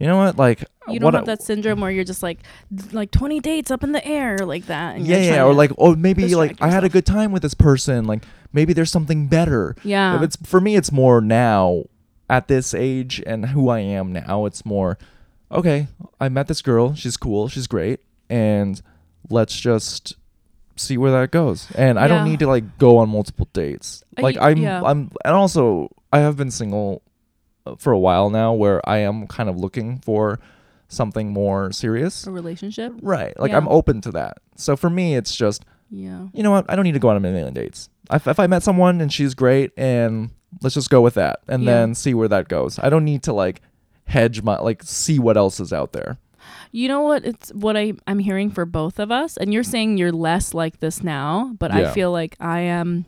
you know what like
You
what
don't have
I-
that syndrome where you're just like th- like 20 dates up in the air like that. and
yeah
you're
yeah
trying
or
to-
like oh maybe
distract
like I had a
yourself.
good time with this person like maybe there's something better.
Yeah.
If it's for me, it's more now at this age and who I am now. It's more okay. I met this girl. She's cool. She's great, and let's just see where that goes. And I don't
Yeah.
need to like go on multiple dates.
Uh,
Like
y-
I'm
yeah.
I'm and also I have been single uh, for a while now where I am kind of looking for something more serious.
a relationship.
Right. Like
Yeah.
I'm open to that. So for me it's just
Yeah.
you know what? I don't need to go on a million dates. If, if I met someone and she's great, and let's just go with that, and
Yeah.
then see where that goes. I don't need to like hedge my like see what else is out there.
You know what? It's what I I'm hearing for both of us, and you're saying you're less like this now, but I
Yeah.
feel like I am.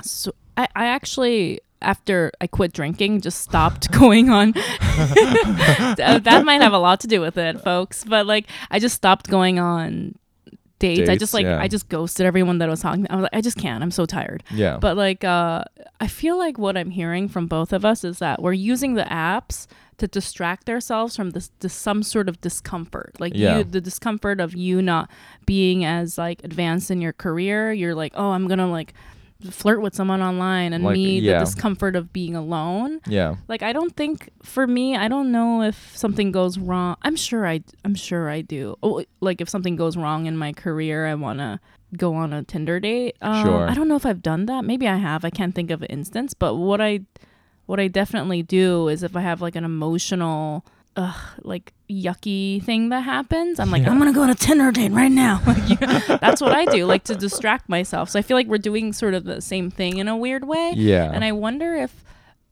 So I I actually after I quit drinking, just stopped going on. Uh, that might have a lot to do with it, folks. But like, I just stopped going on dates. I
Dates,
just like
yeah.
I just ghosted everyone that I was talking. I was like, I just can't. I'm so tired.
Yeah.
But like, uh, I feel like what I'm hearing from both of us is that we're using the apps to distract ourselves from this, this some sort of discomfort, like
Yeah.
you, the discomfort of you not being as like advanced in your career. You're like, oh, I'm gonna like flirt with someone online, and
Like,
me
yeah.
the discomfort of being alone.
yeah.
Like, I don't think for me, I don't know if something goes wrong. I'm sure I, I'm sure I do. Oh, like if something goes wrong in my career, I wanna go on a Tinder date. Um,
Sure.
I don't know if I've done that. Maybe I have. I can't think of an instance. But what I, what I definitely do is if I have like an emotional. Ugh, like yucky thing that happens. I'm like, I'm gonna go on a Tinder date right now. Like, you- that's what I do, like to distract myself. So I feel like we're doing sort of the same thing in a weird way.
Yeah.
And I wonder if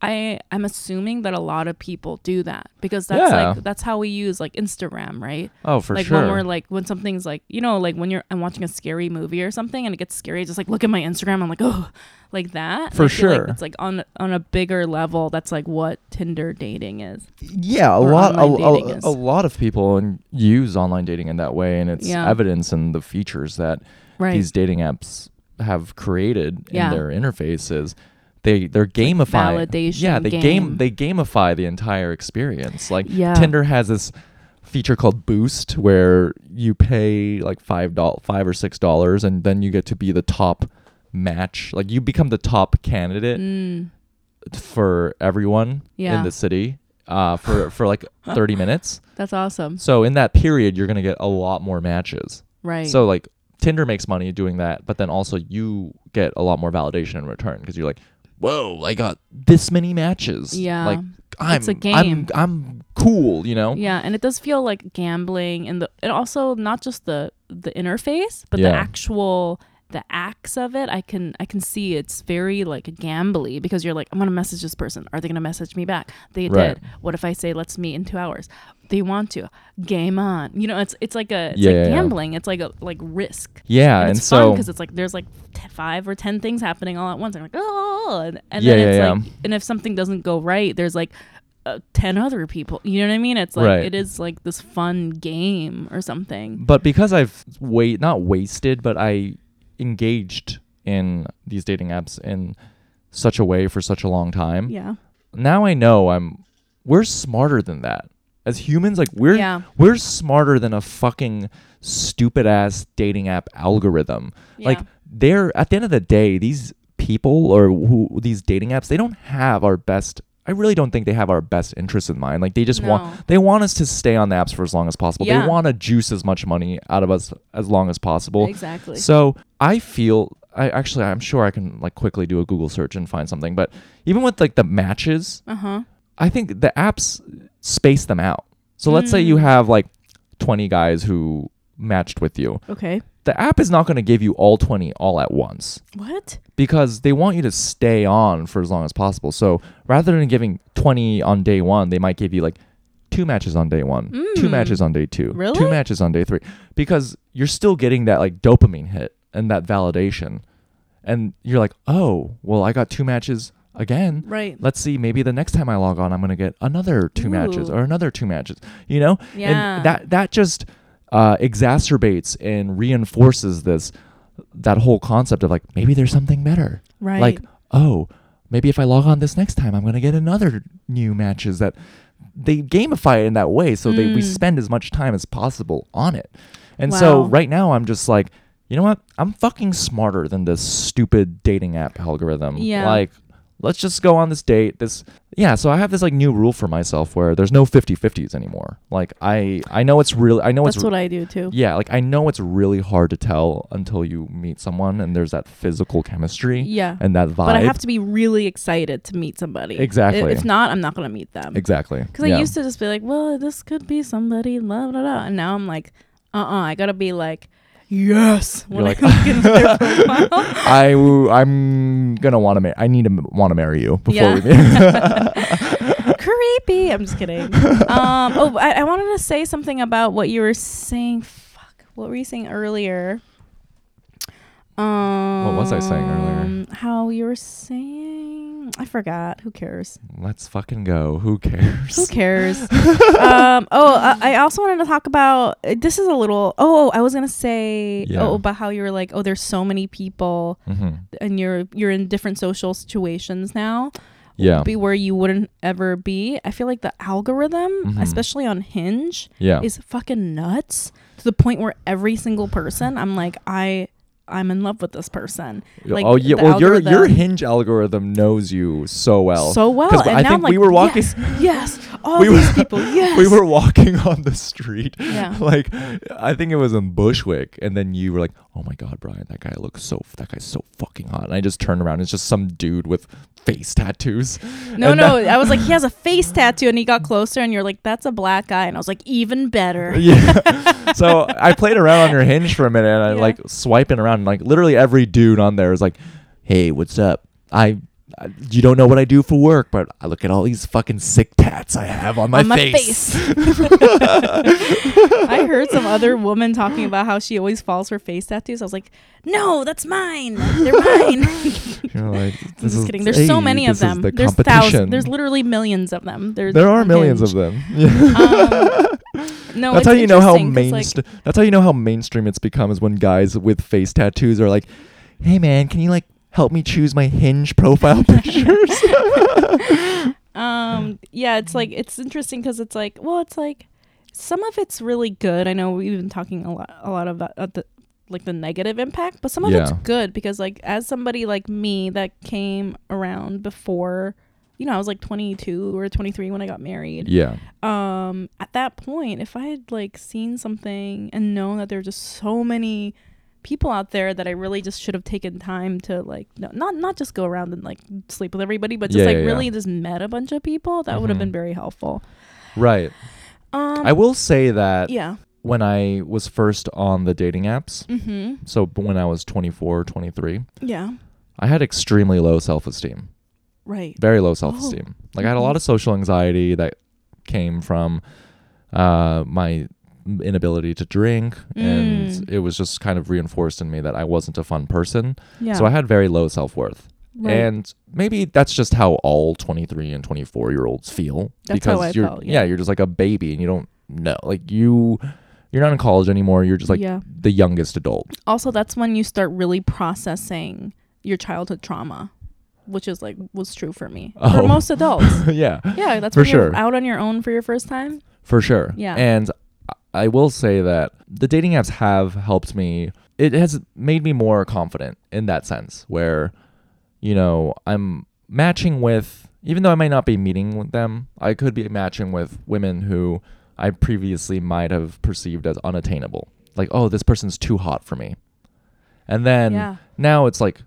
I I'm assuming that a lot of people do that because that's
Yeah.
like that's how we use like Instagram, right?
oh, for
like
sure.
when we're like when something's like you know like when you're I'm watching a scary movie or something and it gets scary, just like look at my Instagram, I'm like oh like that.
For
I feel
sure.
like it's like on on a bigger level. That's like what Tinder dating is.
yeah, a
or
lot, a,
online dating
a,
is.
a lot of people and use online dating in that way, and it's
Yeah.
evidence in the features that
Right.
these dating apps have created
Yeah.
in their interfaces. They they're gamifying.
validation
yeah, they
game.
game they gamify the entire experience. Like
Yeah.
Tinder has this feature called Boost, where you pay like five doll five or six dollars, and then you get to be the top match. Like you become the top candidate
Mm,
for everyone
Yeah.
in the city uh, for for like 30 minutes.
that's awesome.
So in that period, you're gonna get a lot more matches.
Right.
So like Tinder makes money doing that, but then also you get a lot more validation in return because you're like, whoa, I got this many matches.
Yeah.
like I'm
It's a game.
I'm I'm cool, you know.
Yeah, and it does feel like gambling, and the and also not just the the interface, but the
Yeah.
actual the acts of it. I can I can see it's very like gambly because you're like I'm gonna message this person. Are they gonna message me back? They
Right.
did. What if I say let's meet in two hours? They want to. Game on. You know, it's it's like a it's
Yeah, yeah,
like
yeah.
gambling. It's like a like risk.
Yeah,
and
and,
it's fun
so
because it's like there's like t- five or ten things happening all at once. I'm like, oh, and, and
Yeah,
then
yeah,
it's
yeah.
like, and if something doesn't go right, there's like uh, ten other people. You know what I mean? It's like
Right.
it is like this fun game or something.
but because I've wait not wasted, but I engaged in these dating apps in such a way for such a long time.
Yeah,
now I know I'm we're smarter than that. As humans, like we're
Yeah.
we're smarter than a fucking stupid ass dating app algorithm. Like
Yeah.
they're at the end of the day, these people or who these dating apps, they don't have our best I really don't think they have our best interests in mind. Like they just
No.
want they want us to stay on the apps for as long as possible.
Yeah.
They want to juice as much money out of us as long as possible.
exactly.
So I feel I actually I'm sure I can like quickly do a Google search and find something, but even with like the matches,
uh huh.
I think the apps space them out. So let's say you have like 20 guys who matched with you.
Okay.
The app is not going to give you all 20 all at once
What?
because they want you to stay on for as long as possible. So rather than giving 20 on day one, they might give you like two matches on day one, two
Mm.
matches on day two,
Really?
two matches on day three, because you're still getting that like dopamine hit and that validation. And you're like, oh, well, I got two matches again.
Right.
Let's see, maybe the next time I log on, I'm going to get another two matches
Ooh.
or another two matches, you know?
Yeah.
And that, that just uh, exacerbates and reinforces this that whole concept of like maybe there's something better
Right.
like oh maybe if i log on this next time i'm going to get another new matches that they gamify it in that way so they we
Mm.
spend as much time as possible on it and so
Wow.
right now i'm just like you know what i'm fucking smarter than this stupid dating app algorithm
Yeah.
like let's just go on this date this yeah so i have this like new rule for myself where there's no 50-50s anymore like i i know it's really i know
that's
it's
what I do too.
yeah like i know it's really hard to tell until you meet someone and there's that physical chemistry
Yeah.
and that vibe
But I have to be really excited to meet somebody.
Exactly.
I- If not, I'm not going to meet them.
Exactly.
Because I used to just be like, well, this could be somebody, blah, blah, blah. And now I'm like, uh uh I got to be like, yes. When
You're
I
like,
look into their profile.
I w- I'm gonna want to. Ma- I need to m- want to marry you before we meet.
Yeah. Creepy. I'm just kidding. Um, oh, I, I wanted to say something about what you were saying. Fuck. What were you saying earlier? Um,
was I saying earlier?
How you were saying. I forgot. Who cares?
Let's fucking go. Who cares?
Who cares? um, oh, I, I also wanted to talk about uh, this is a little. Oh, I was gonna say
Yeah.
oh about how you were like oh there's so many people
Mm-hmm.
and you're you're in different social situations now
Yeah.
be where you wouldn't ever be. I feel like the algorithm,
Mhm.
especially on Hinge,
yeah.
is fucking nuts to the point where every single person, I'm like, I, I'm in love with this person. Like,
oh yeah.
the
Well, your your
algorithm-
hinge algorithm knows you so well.
so well,
'Cause
and
I
now
think
I'm like,
we were walking.
Yes, yes all
We were-
these people. Yes,
We were walking on the street.
Yeah.
Like, I think it was in Bushwick, and then you were like, "Oh my God, Brian, that guy looks so that guy's so fucking hot." And I just turned around. And it's just some dude with face tattoos.
No,
And
no. I was like, he has a face tattoo, and he got closer, and you're like, that's a black guy, and I was like, even better.
yeah. so I played around on your hinge for a minute and I
Yeah.
like swiping around and like literally every dude on there is like, "Hey, what's up? I, I you don't know what I do for work, but I look at all these fucking sick tats I have on my,
on my
face."
face. I heard some other woman talking about how she always falls for face tattoos. I was like, no, that's mine. They're mine.
You're like,
I'm
"This
just
is-
kidding. There's so
hey,
many of
this is
them.
the
there's
competition."
thousands. There's literally millions of them. There's
There are millions of them. Yeah.
Um, no,
that's
it's
how you know how
interesting 'cause,
mainstream. that's how you know how mainstream it's become is when guys with face tattoos are like, "Hey man, can you like help me choose my hinge profile pictures?"
like, um, yeah, it's like it's interesting because it's like, well, it's like some of it's really good. I know we've been talking a lot, a lot about uh, the like the negative impact, but some of it's
Yeah.
good because like as somebody like me that came around before, you know, I was like 22 or 23 when I got married.
yeah.
um at that point if i had like seen something and known that there were just so many people out there that i really just should have taken time to like no, not not just go around and like sleep with everybody but just
Yeah,
like
yeah, yeah.
really just met a bunch of people that would have
Mhm.
been very helpful
Right.
um
I will say that
yeah
when I was first on the dating apps,
mm-hmm
so b- when I was 24, 23,
yeah
I had extremely low self esteem,
right
very low self esteem. Like I had a lot of
Mm-hmm.
social anxiety that came from uh, my inability to drink, and
Mm.
it was just kind of reinforced in me that I wasn't a fun person.
yeah
So I had very low self worth.
right.
And maybe that's just how all 23 and 24 year olds feel
That's how I
you're
felt, yeah.
you're just like a baby and you don't know. Like you you're not in college anymore. You're just like
Yeah.
the youngest adult.
also that's when you start really processing your childhood trauma which is like was true for me for
Oh.
most adults
yeah,
yeah that's
For
when
sure.
you're out on your own for your first time
for sure.
Yeah.
And I- I will say that the dating apps have helped me. It has made me more confident in that sense where you know, I'm matching with even though I might not be meeting with them, I could be matching with women who I previously might have perceived as unattainable. Like, oh, this person's too hot for me. And then
Yeah.
now it's like,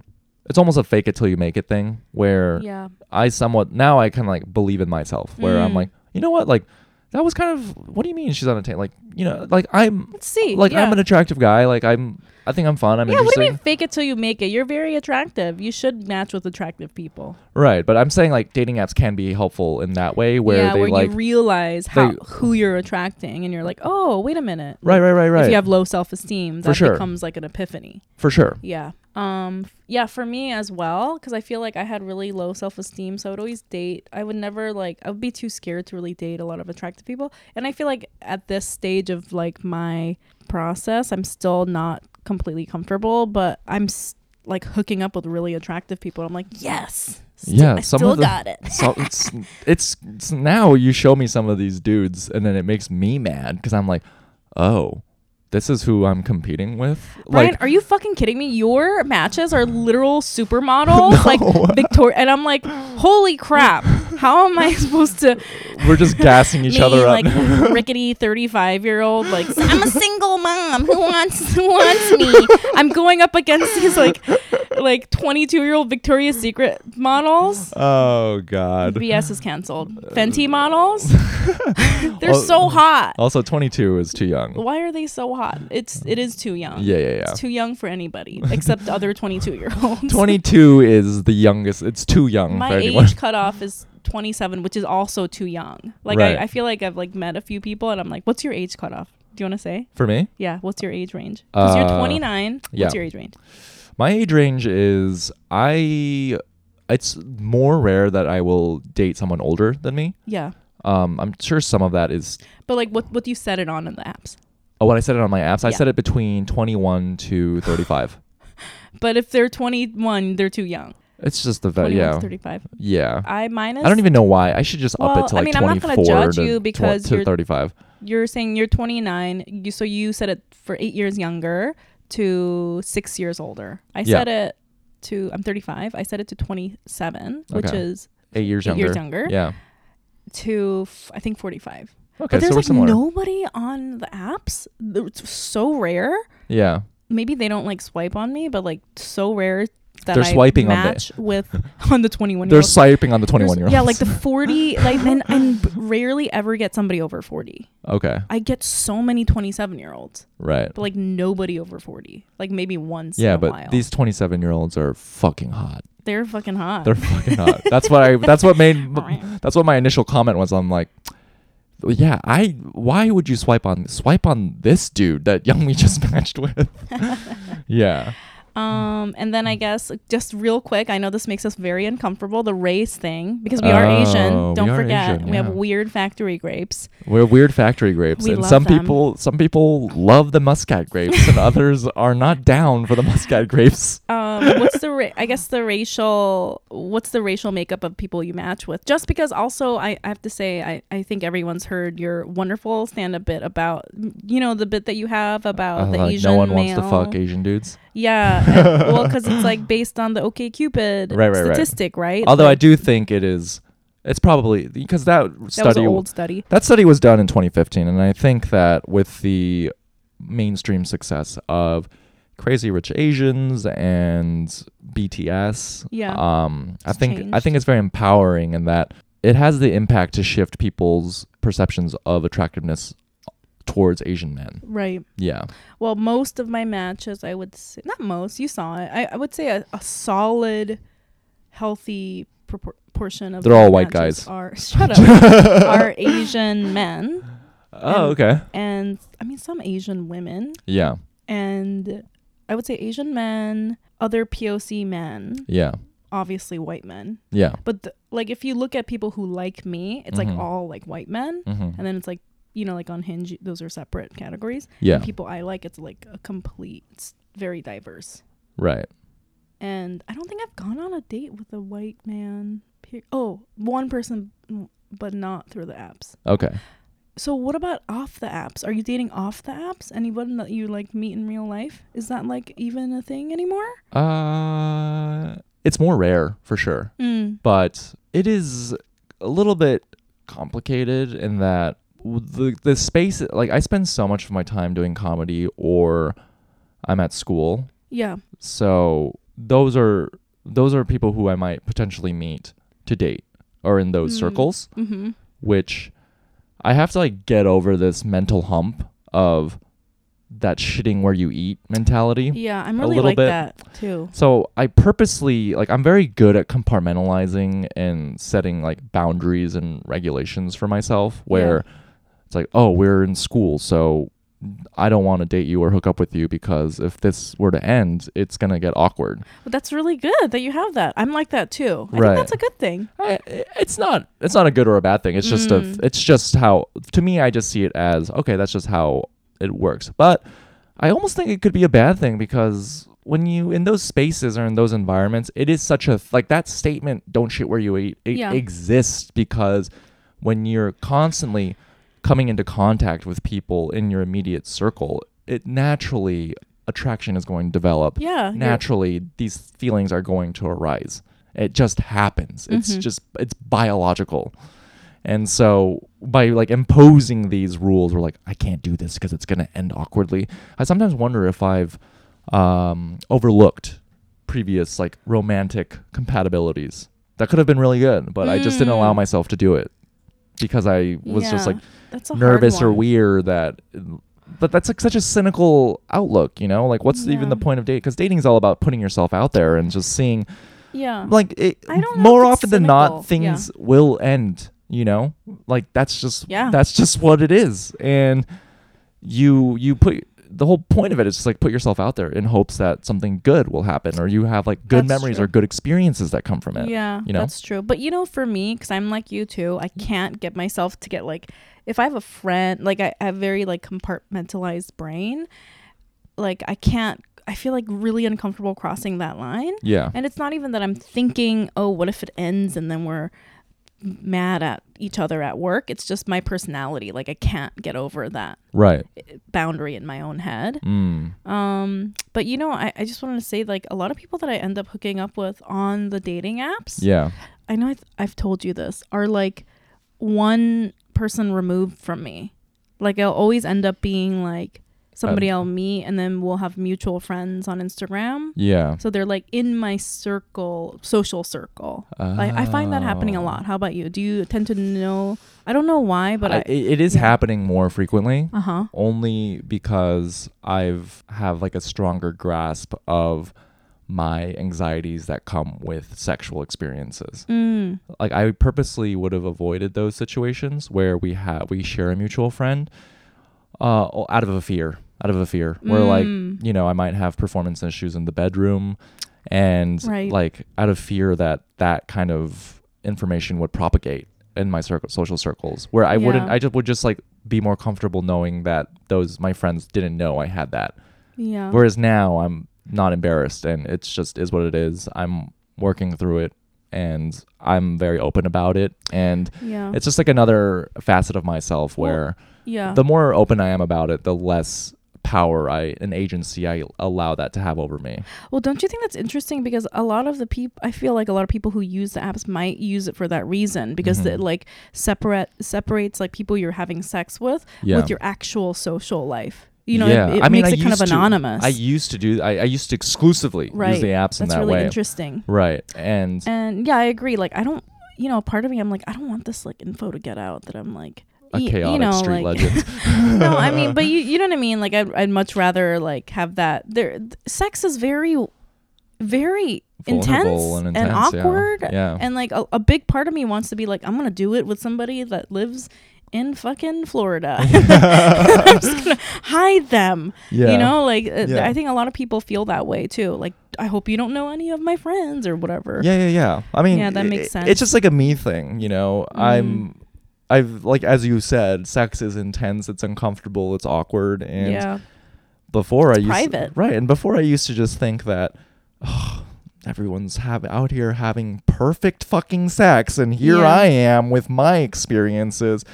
it's almost a fake it till you make it thing where
Yeah.
I somewhat now I kind of like believe in myself where I'm
Mm.
like, you know what, like that was kind of what do you mean she's on a tape? Like you know, like I'm
Let's see.
like
yeah.
I'm an attractive guy. Like I'm I think I'm fun. I'm
yeah, what do
interesting.
you mean fake it till you make it? You're very attractive. You should match with attractive people.
Right, but I'm saying like dating apps can be helpful in that way where
yeah,
they
where
like
you realize how
they-
who you're attracting and you're like, "Oh, wait a minute."
right, right, right, right.
If you have low self-esteem,
For
that
sure.
becomes like an epiphany.
for sure.
Yeah. Um f- yeah, for me as well cuz I feel like I had really low self-esteem, so I would always date. I would never like I would be too scared to really date a lot of attractive people. And I feel like at this stage of like my process, I'm still not completely comfortable, but I'm s- like hooking up with really attractive people. I'm like, "Yes." Still,
Yeah,
I
some
still
of the-
got it.
So it's, it's it's now you show me some of these dudes and then it makes me mad because I'm like, oh, this is who I'm competing with.
Brian,
like
are you fucking kidding me? Your matches are literal supermodels,
No.
like Victoria, and I'm like, holy crap! How am I supposed to
we're just gassing each
me,
other up.
like rickety thirty-five year old? Like I'm a single mom who wants who wants me. I'm going up against these like like twenty-two year old Victoria's Secret models.
oh God. Uh,
BS is canceled. Fenty models, they're
Oh.
so hot.
Also, 22 is too young.
Why are they so hot? It's it is too young.
Yeah, yeah, yeah.
Oh, It's too young for anybody except other 22 year olds.
22 is the youngest. It's too young
My
for
age
anyone.
cutoff is 27, which is also too young. Like
Right.
I, I feel like I've like met a few people and I'm like, what's your age cutoff? Do you want to say?
For me,
Yeah, what's your age range? Because you're
Uh,
29.
yeah.
What's your age range?
my age range is I. It's more rare that I will date someone older than me.
Yeah.
Um, I'm sure some of that is.
But like, what what do you set it on in the apps?
Oh, when I said it on my apps, I
Yeah.
said it between 21 to 35.
But if they're 21, they're too young.
it's just the va-
21
yeah,
to 35.
yeah.
I minus.
I don't even know why. I should just up
Well,
it to
I
like
mean, I'm not gonna
24
judge
to,
you
tw-
because
to
you're-
35.
You're saying you're 29. You so you said it for eight years younger to six years older. I
Yeah.
said it to I'm 35. I said it to 27, which
Okay.
is
Eight years
eight
younger.
years younger.
Yeah.
To f- I think 45.
Okay,
but
so
there's
we're
like
similar.
nobody on the apps. It's so rare.
yeah.
Maybe they don't like swipe on me, but like so rare that
They're
I
swiping on the-
match with on the 21.
They're swiping on the 21 year
There's-
olds.
Yeah, like the 40, like then I rarely ever get somebody over 40.
okay.
I get so many 27 year olds,
Right.
but like nobody over 40. Like maybe once. in
Yeah,
a
but
while.
these 27 year olds are fucking hot.
they're fucking hot.
They're fucking hot. That's what I. That's what made. That's what my initial comment was. I'm like, yeah. I. Why would you swipe on swipe on this dude that Young Me just matched with? yeah.
um, and then I guess just real quick, I know this makes us very uncomfortable. The race thing because we are
Oh,
Asian.
we
Don't
are
forget,
Asian,
we have
yeah.
weird factory grapes.
We're weird factory grapes,
We
and
love
some
them.
people some people love the muscat grapes, and others are not down for the muscat grapes.
Um, what's the ra- I guess the racial what's the racial makeup of people you match with? Just because also I, I have to say I, I think everyone's heard your wonderful stand up bit about you know the bit that you have about
Uh,
Oh, the
like,
Asian
no one wants to
male.
fuck Asian dudes.
Yeah, and- well, because it's like based on the OK Cupid
Right, right, right.
statistic, right?
Although I
Like,
do think it is, it's probably because that,
that was an
study
old study.
that study was done in 2015, and I think that with the mainstream success of Crazy Rich Asians and BTS,
Yeah.
um, I
It's
think I
changed.
think it's very empowering in that it has the impact to shift people's perceptions of attractiveness towards Asian men.
Right.
Yeah,
Well, most of my matches, I would say, not most, you saw it. I, I would say a, a solid, healthy propor- portion of
They're
my
all white
matches
guys.
Are shut up? are Asian men
Oh,
Oh,
okay.
and I mean some Asian women
Yeah,
and I would say Asian men, other POC men,
yeah,
obviously white men.
yeah.
But th- like if you look at people who like me, it's
Mhm.
like all like white men,
Mm-hmm.
and then it's like you know like on Hinge those are separate categories.
Yeah,
And people I like, it's like a complete, it's very diverse.
right.
And I don't think I've gone on a date with a white man. Per- oh, one person, mm, but not through the apps.
Okay.
So what about off the apps? Are you dating off the apps? Anyone that you like meet in real life? Is that like even a thing anymore?
Uh, it's more rare for sure.
Mm.
but it is a little bit complicated in that w- the the space like I spend so much of my time doing comedy or I'm at school.
Yeah.
So those are those are people who I might potentially meet to date or in those
Mm.
circles,
Mm-hmm.
which I have to like get over this mental hump of that shitting where you eat mentality.
Yeah, I'm
A
really
little
like
bit.
that too.
So I purposely like I'm very good at compartmentalizing and setting like boundaries and regulations for myself where it's like, oh, we're in school, so I don't want to date you or hook up with you because if this were to end, it's gonna get awkward.
But that's really good that you have that. I'm like that too. I
Right.
think that's a good thing.
I, Uh, it's not it's not a good or a bad thing. It's just
Mm.
a it's just how to me I just see it as okay, that's just how it works. But I almost think it could be a bad thing because when you in those spaces or in those environments, it is such a like that statement don't shit where you eat it
Yeah.
exists because when you're constantly coming into contact with people in your immediate circle, it naturally attraction is going to develop
Yeah. you're-
naturally these feelings are going to arise it just happens it's
Mhm.
just it's biological and so by like imposing these rules we're like i can't do this because it's going to end awkwardly i sometimes wonder if i've um, overlooked previous like romantic compatibilities that could have been really good but i just didn't allow
Mm.
myself to do it because i was just
Yeah,
like
that's a hard
nervous or
one.
weird that but that's like such a cynical outlook you know like what's even
Yeah.
the point of dating because dating's all about putting yourself out there and just seeing
Yeah.
like it,
Um, I don't know
more
if it's
often than not
cynical, yeah.
things will end you know like that's just
Yeah.
that's just what it is and you you put the whole point of it is just like put yourself out there in hopes that something good will happen or you have like good
That's
memories
true.
or good experiences that come from it
Yeah,
you know? Mm-hmm.
that's true. But you know, for me, because I'm like you too, I can't get myself to get like, if I have a friend, like I I have very like compartmentalized brain, like I can't. I feel like really uncomfortable crossing that line.
yeah
And it's not even that I'm thinking, oh, what if it ends and then we're mad at each other at work. It's just my personality. Like I can't get over that
right
boundary in my own head.
mm.
Um, but you know, I, I just wanted to say like a lot of people that I end up hooking up with on the dating apps.
yeah
I know I've, I've told you this, are like one person removed from me. Like I'll always end up being like somebody I'll meet, and then we'll have mutual friends on Instagram.
yeah
So they're like in my circle, social circle. Like I find that happening a
Oh.
lot. How about you? Do you tend to know? I don't know why, but
I-
I.
it- it is
yeah.
happening more frequently
uh huh.
only because I've have like a stronger grasp of my anxieties that come with sexual experiences.
Mm.
Like I purposely would have avoided those situations where we have we share a mutual friend uh o- out of a fear, out of a fear. Where like,
Mm.
you know, I might have performance issues in the bedroom and
Right.
like out of fear that that kind of information would propagate in my circle social circles where I wouldn't
Yeah.
I just would just like be more comfortable knowing that those my friends didn't know I had that.
Yeah.
Whereas now I'm not embarrassed and it's just is what it is. I'm working through it and I'm very open about it and
yeah.
it's just like another facet of myself
Well, uh
where
yeah.
the more open I am about it, the less power I and agency I allow that to have over me.
Well, don't you think that's interesting? Because a lot of the people, I feel like a lot of people who use the apps might use it for that reason because
Mhm.
it like separate separates like people you're having sex with
Yeah.
with your actual social life. You know,
Yeah.
it, it
I mean,
makes
I
it kind of
used to-
anonymous.
I used to do I, I used to exclusively use
Right.
the apps in
that's
that
really
way.
interesting.
Right. And
And yeah, I agree. Like, I don't, you know, part of me, I'm like, I don't want this like info to get out that I'm like,
a
y- you
chaotic
know,
street
like-
legend.
no, I mean, but you, you know what I mean. Like, I'd, I'd much rather like have that. There, th- sex is very, very intense
Vulnerable and
and,
intense, yeah.
awkward.
Yeah.
and like a, a big part of me wants to be like, I'm gonna do it with somebody that lives in fucking Florida. I'm just gonna hide them.
Yeah.
You know, like uh,
Yeah.
I think a lot of people feel that way too. Like, I hope you don't know any of my friends or whatever.
Yeah, yeah, yeah. I mean,
Yeah, that makes Mm.
i-
sense.
It's just like a me thing, you know. I'm, I've like as you said, sex is intense. It's uncomfortable. It's awkward. And
yeah.
before I used
private.
right, and before I used to just think that. "Ugh, Everyone's have out here having perfect fucking sex, and here
Yeah.
I am with my experiences.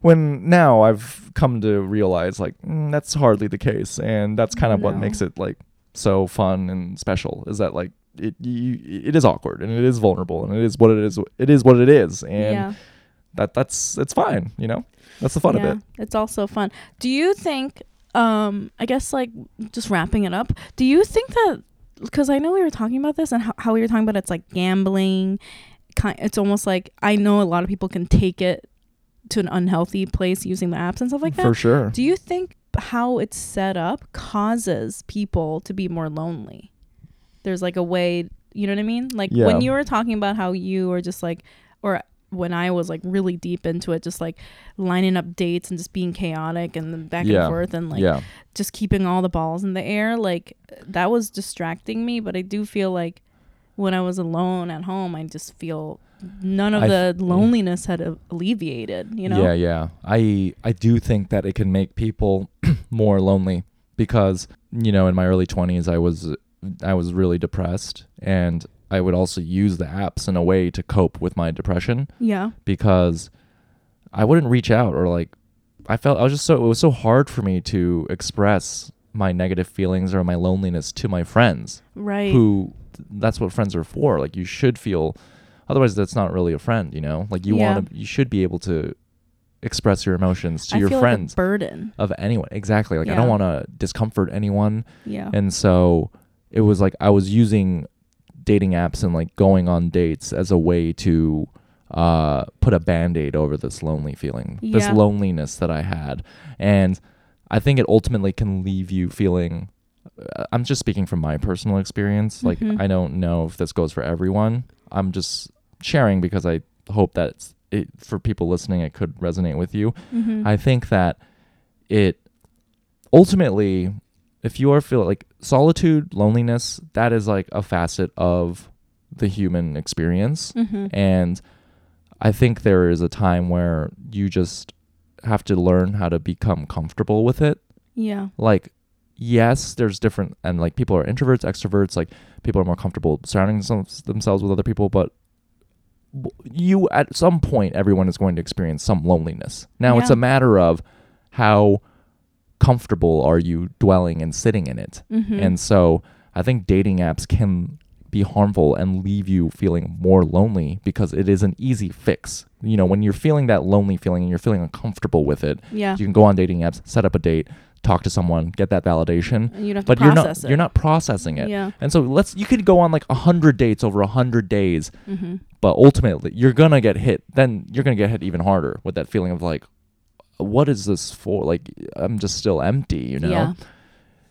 When now I've come to realize, like mm, that's hardly the case, and that's kind of what
No.
makes it like so fun and special. Is that like it? You, it is awkward, and it is vulnerable, and it is what it is. It is what it is, and
yeah.
that that's it's fine. You know, that's the fun
yeah,
of it.
It's also fun. Do you think um I guess like just wrapping it up, do you think that because I know we were talking about this and how, how we were talking about it's like gambling. Kind, it's almost like I know a lot of people can take it to an unhealthy place using the apps and stuff like that.
for sure.
Do you think how it's set up causes people to be more lonely? There's like a way, you know what I mean? Like
Yeah.
when you were talking about how you were just like, or when I was like really deep into it, just like lining up dates and just being chaotic and then back
Yeah.
and forth and like
yeah.
just keeping all the balls in the air. Like that was distracting me, but I do feel like when I was alone at home, I just feel none of
I
the
th-
loneliness had a- alleviated, you know?
Yeah, yeah. I I do think that it can make people more lonely because you know in my early twenties I was I was really depressed and I would also use the apps in a way to cope with my depression
Yeah.
because I wouldn't reach out or like I felt I was just so it was so hard for me to express my negative feelings or my loneliness to my friends
Right.
who that's what friends are for like you should feel otherwise that's not really a friend you know like you
Yeah.
want to you should be able to express your emotions to
I
your
feel
friends
Like a burden.
of anyone exactly like i
Yeah.
don't want to discomfort anyone
Yeah.
and so it was like i was using dating apps and like going on dates as a way to uh, put a band-aid over this lonely feeling this
Yeah.
loneliness that i had and i think it ultimately can leave you feeling uh, i'm just speaking from my personal experience like
Mhm.
i don't know if this goes for everyone i'm just sharing because i hope that it for people listening it could resonate with you
Mhm.
I think that it ultimately, if you are feeling like solitude, loneliness, that is like a facet of the human experience.
Mhm.
And I think there is a time where you just have to learn how to become comfortable with it.
yeah.
Like, yes, there's different, and like people are introverts, extroverts, like people are more comfortable surrounding some, themselves with other people, but w- you at some point everyone is going to experience some loneliness now it's
Yeah.
a matter of how comfortable are you dwelling and sitting in it
Mhm.
and so i think dating apps can be harmful and leave you feeling more lonely because it is an easy fix you know when you're feeling that lonely feeling and you're feeling uncomfortable with it
yeah.
you can go on dating apps set up a date talk to someone get that validation
And you'd have
but
to
you're
process
not you're
it.
not processing it
Yeah.
and so let's you could go on like 100 dates over 100 days
Mhm.
but ultimately you're gonna get hit then you're gonna get hit even harder with that feeling of like what is this for like i'm just still empty you know
Yeah.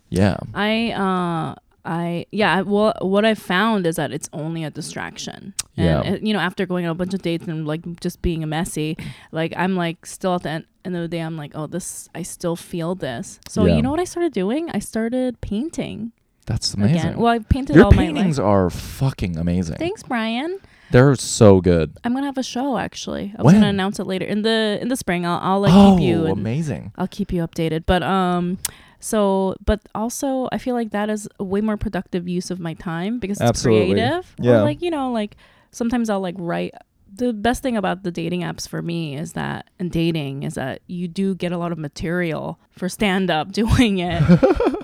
yeah
I uh I yeah, I- well what I found is that it's only a distraction.
Yeah.
And uh, you know, after going on a bunch of dates and like just being a messy, like I'm like still at the end, end of the day I'm like, "Oh, this I still feel this." So,
Yeah.
you know what I started doing? I started painting
that's amazing
again. Well, I painted
your
all my life.
paintings are fucking amazing
Thanks, Brian.
they're so good
I'm gonna have a show actually. I was
When?
gonna announce it later in the in the spring. I'll I'll like
oh
keep you. and-
amazing
I'll keep you updated. But um, so but also I feel like that is a way more productive use of my time because it's
Absolutely.
creative. Or,
Yeah.
like you know, like sometimes I'll like write. The best thing about the dating apps for me is that, and dating is that you do get a lot of material for stand up doing it.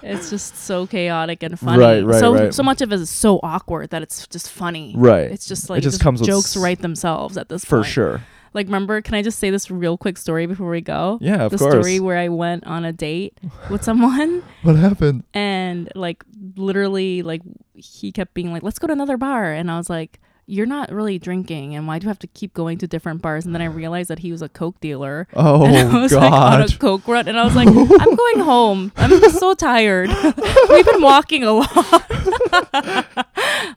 it's just so chaotic and funny.
Right, right,
so
right.
so much of it is so awkward that it's just funny.
Right.
It's just like
just comes with s-
jokes write themselves at this
For
point.
sure.
Like, remember, can I just say this real quick story before we go?
Yeah, of
the
course.
story where I went on a date with someone
What happened?
and, like, literally, like, he kept being like, let's go to another bar. And I was like, you're not really drinking. And why do you have to keep going to different bars? And then I realized that he was a Coke dealer.
Oh
and I was like on a
god.
Coke run. And I was like, I'm going home. I'm just so tired. We've been walking a lot.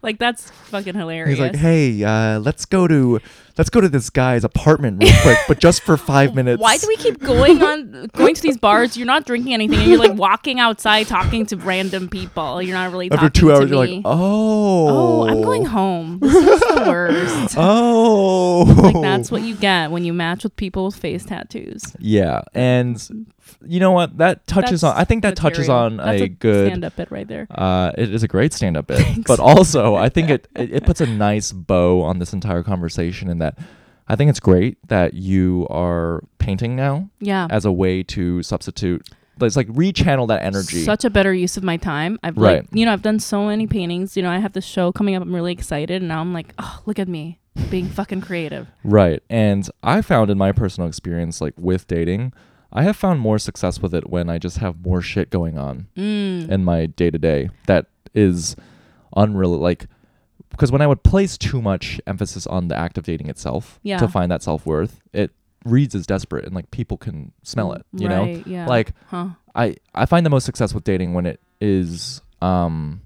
like, that's fucking hilarious.
He's like, "Hey, uh, let's go to let's go to this guy's apartment real quick, but just for 5 minutes."
Why do we keep going on going to these bars? You're not drinking anything, and you're like walking outside talking to random people. You're not really
After
talking
2
to
hours you're
me.
like, "Oh."
oh, I'm going home. This is the worst.
Oh.
Like that's what you get when you match with people with face tattoos.
yeah and you know what that touches
That's
on i think that touches
material.
on
That's
a, good
stand up bit right there.
Uh, it is a great stand-up bit, but also I think it, it it puts a nice bow on this entire conversation. In that, I think it's great that you are painting now
Yeah.
as a way to substitute. but It's like rechannel that energy.
Such a better use of my time. I've
Right.
like, you know, I've done so many paintings. You know, I have this show coming up. I'm really excited, and now I'm like, oh, look at me being fucking creative.
Right. And I found in my personal experience, like with dating, I have found more success with it when I just have more shit going on
Mm.
in my day to day that is unreal like because when I would place too much emphasis on the act of dating itself
Yeah.
to find that self worth, it reads as desperate and like people can smell it. You know,
Mm, Right, yeah.
like
Huh.
I I find the most success with dating when it is um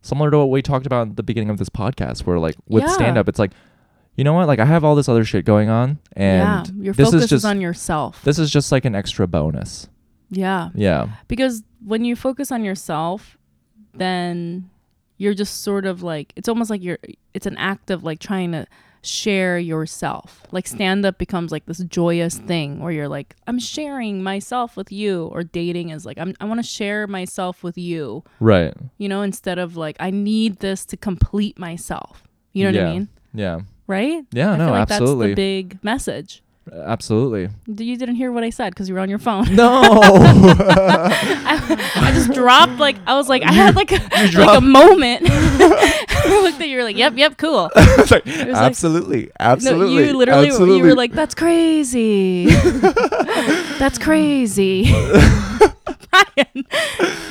similar to what we talked about at the beginning of this podcast, where like with
Yeah.
stand up, it's like you know what, like I have all this other shit going on, and
yeah. Your
this
focus
is just
on yourself.
this is just like an extra bonus.
yeah.
Yeah,
because when you focus on yourself then you're just sort of like it's almost like you're it's an act of like trying to share yourself like stand up becomes like this joyous thing where you're like i'm sharing myself with you or dating is like I'm, i want to share myself with you
right.
you know instead of like i need this to complete myself you know
yeah.
what i mean
Yeah,
right
yeah.
i
no,
feel like that's
absolutely,
the big message
absolutely.
D- you didn't hear what i said because you were on your phone
No.
I, I just dropped like I was like I had like a, like a
dropped-
moment. I looked at you, were like, "Yep, yep, cool."
It's like,
like-
absolutely,
No,
absolutely.
you literally
absolutely.
you were like, "That's crazy. That's crazy." Brian,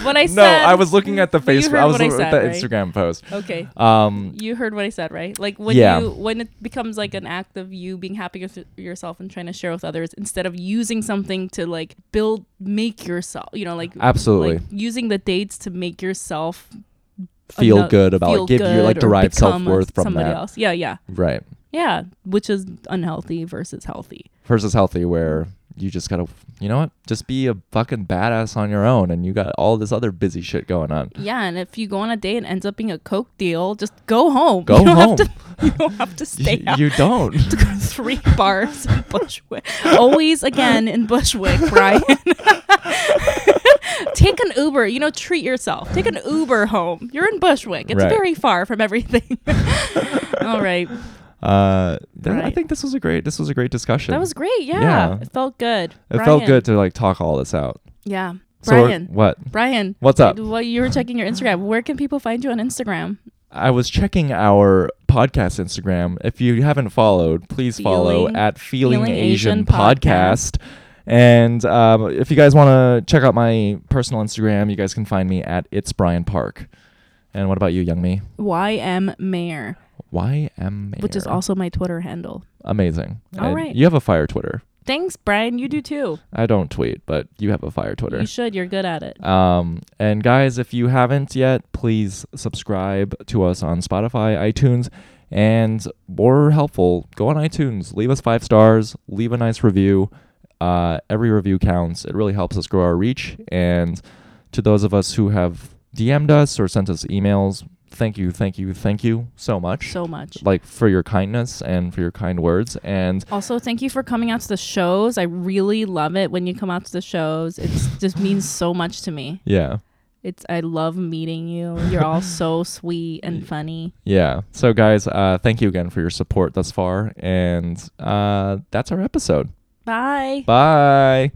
what I said.
no, I was looking at the
but you
Facebook.
heard
I was
what I
looking at
said,
the
right?
Instagram post.
Okay,
Um,
you heard what I said, right? Like when
Yeah.
you when it becomes like an act of you being happy with yourself and trying to share with others instead of using something to like build make yourself, you know, like
absolutely.
like using the dates to make yourself
feel
ano-
good about
feel
give you
good
like
or
derive
become
self worth from
somebody
that.
else. Yeah, yeah,
Right.
yeah. Which is unhealthy versus healthy.
Versus healthy where you just gotta you know what? Just be a fucking badass on your own and you got all this other busy shit going on.
Yeah, and if you go on a date and ends up being a coke deal, just go home.
Go
you don't
home.
Have to, you don't have to stay
Y-
out.
you don't.
to go to three bars in Bushwick. Always again in Bushwick, Brian. Take an Uber. You know, treat yourself. Take an Uber home. You're in Bushwick. It's
Right.
very far from everything. All right.
Uh th- I
Right.
think this was a great this was a great discussion.
That was great. Yeah.
Yeah.
It felt good.
it felt good to like talk all this out.
Yeah.
So we're-
Brian.
what?
Brian.
What's up?
Well, you were checking your Instagram. Where can people find you on Instagram?
I was checking our podcast Instagram. If you haven't followed, please follow
Feeling-
at Feeling,
Feeling
Asian,
Asian
Podcast. And um, if you guys want to check out my personal Instagram, you guys can find me at It's Brian Park. And what about you, Young Me?
YM Mayor,
YM Mayer.
which is also my Twitter handle.
amazing.
All
And
right.
You have a fire Twitter.
Thanks, Brian. You do too.
I don't tweet, but you have a fire Twitter.
You should. You're good at it.
Um, and guys, if you haven't yet, please subscribe to us on Spotify, iTunes, and more helpful, go on iTunes, leave us five stars, leave a nice review. Uh, every review counts. It really helps us grow our reach. And to those of us who have DM'd us or sent us emails, thank you, thank you, thank you so much.
So much.
like for your kindness and for your kind words. And
Also, thank you for coming out to the shows. I really love it when you come out to the shows. It just means so much to me.
yeah,
It's I love meeting you. You're all so sweet and funny.
Yeah. So, guys, uh, thank you again for your support thus far. And uh, that's our episode.
Bye.
Bye.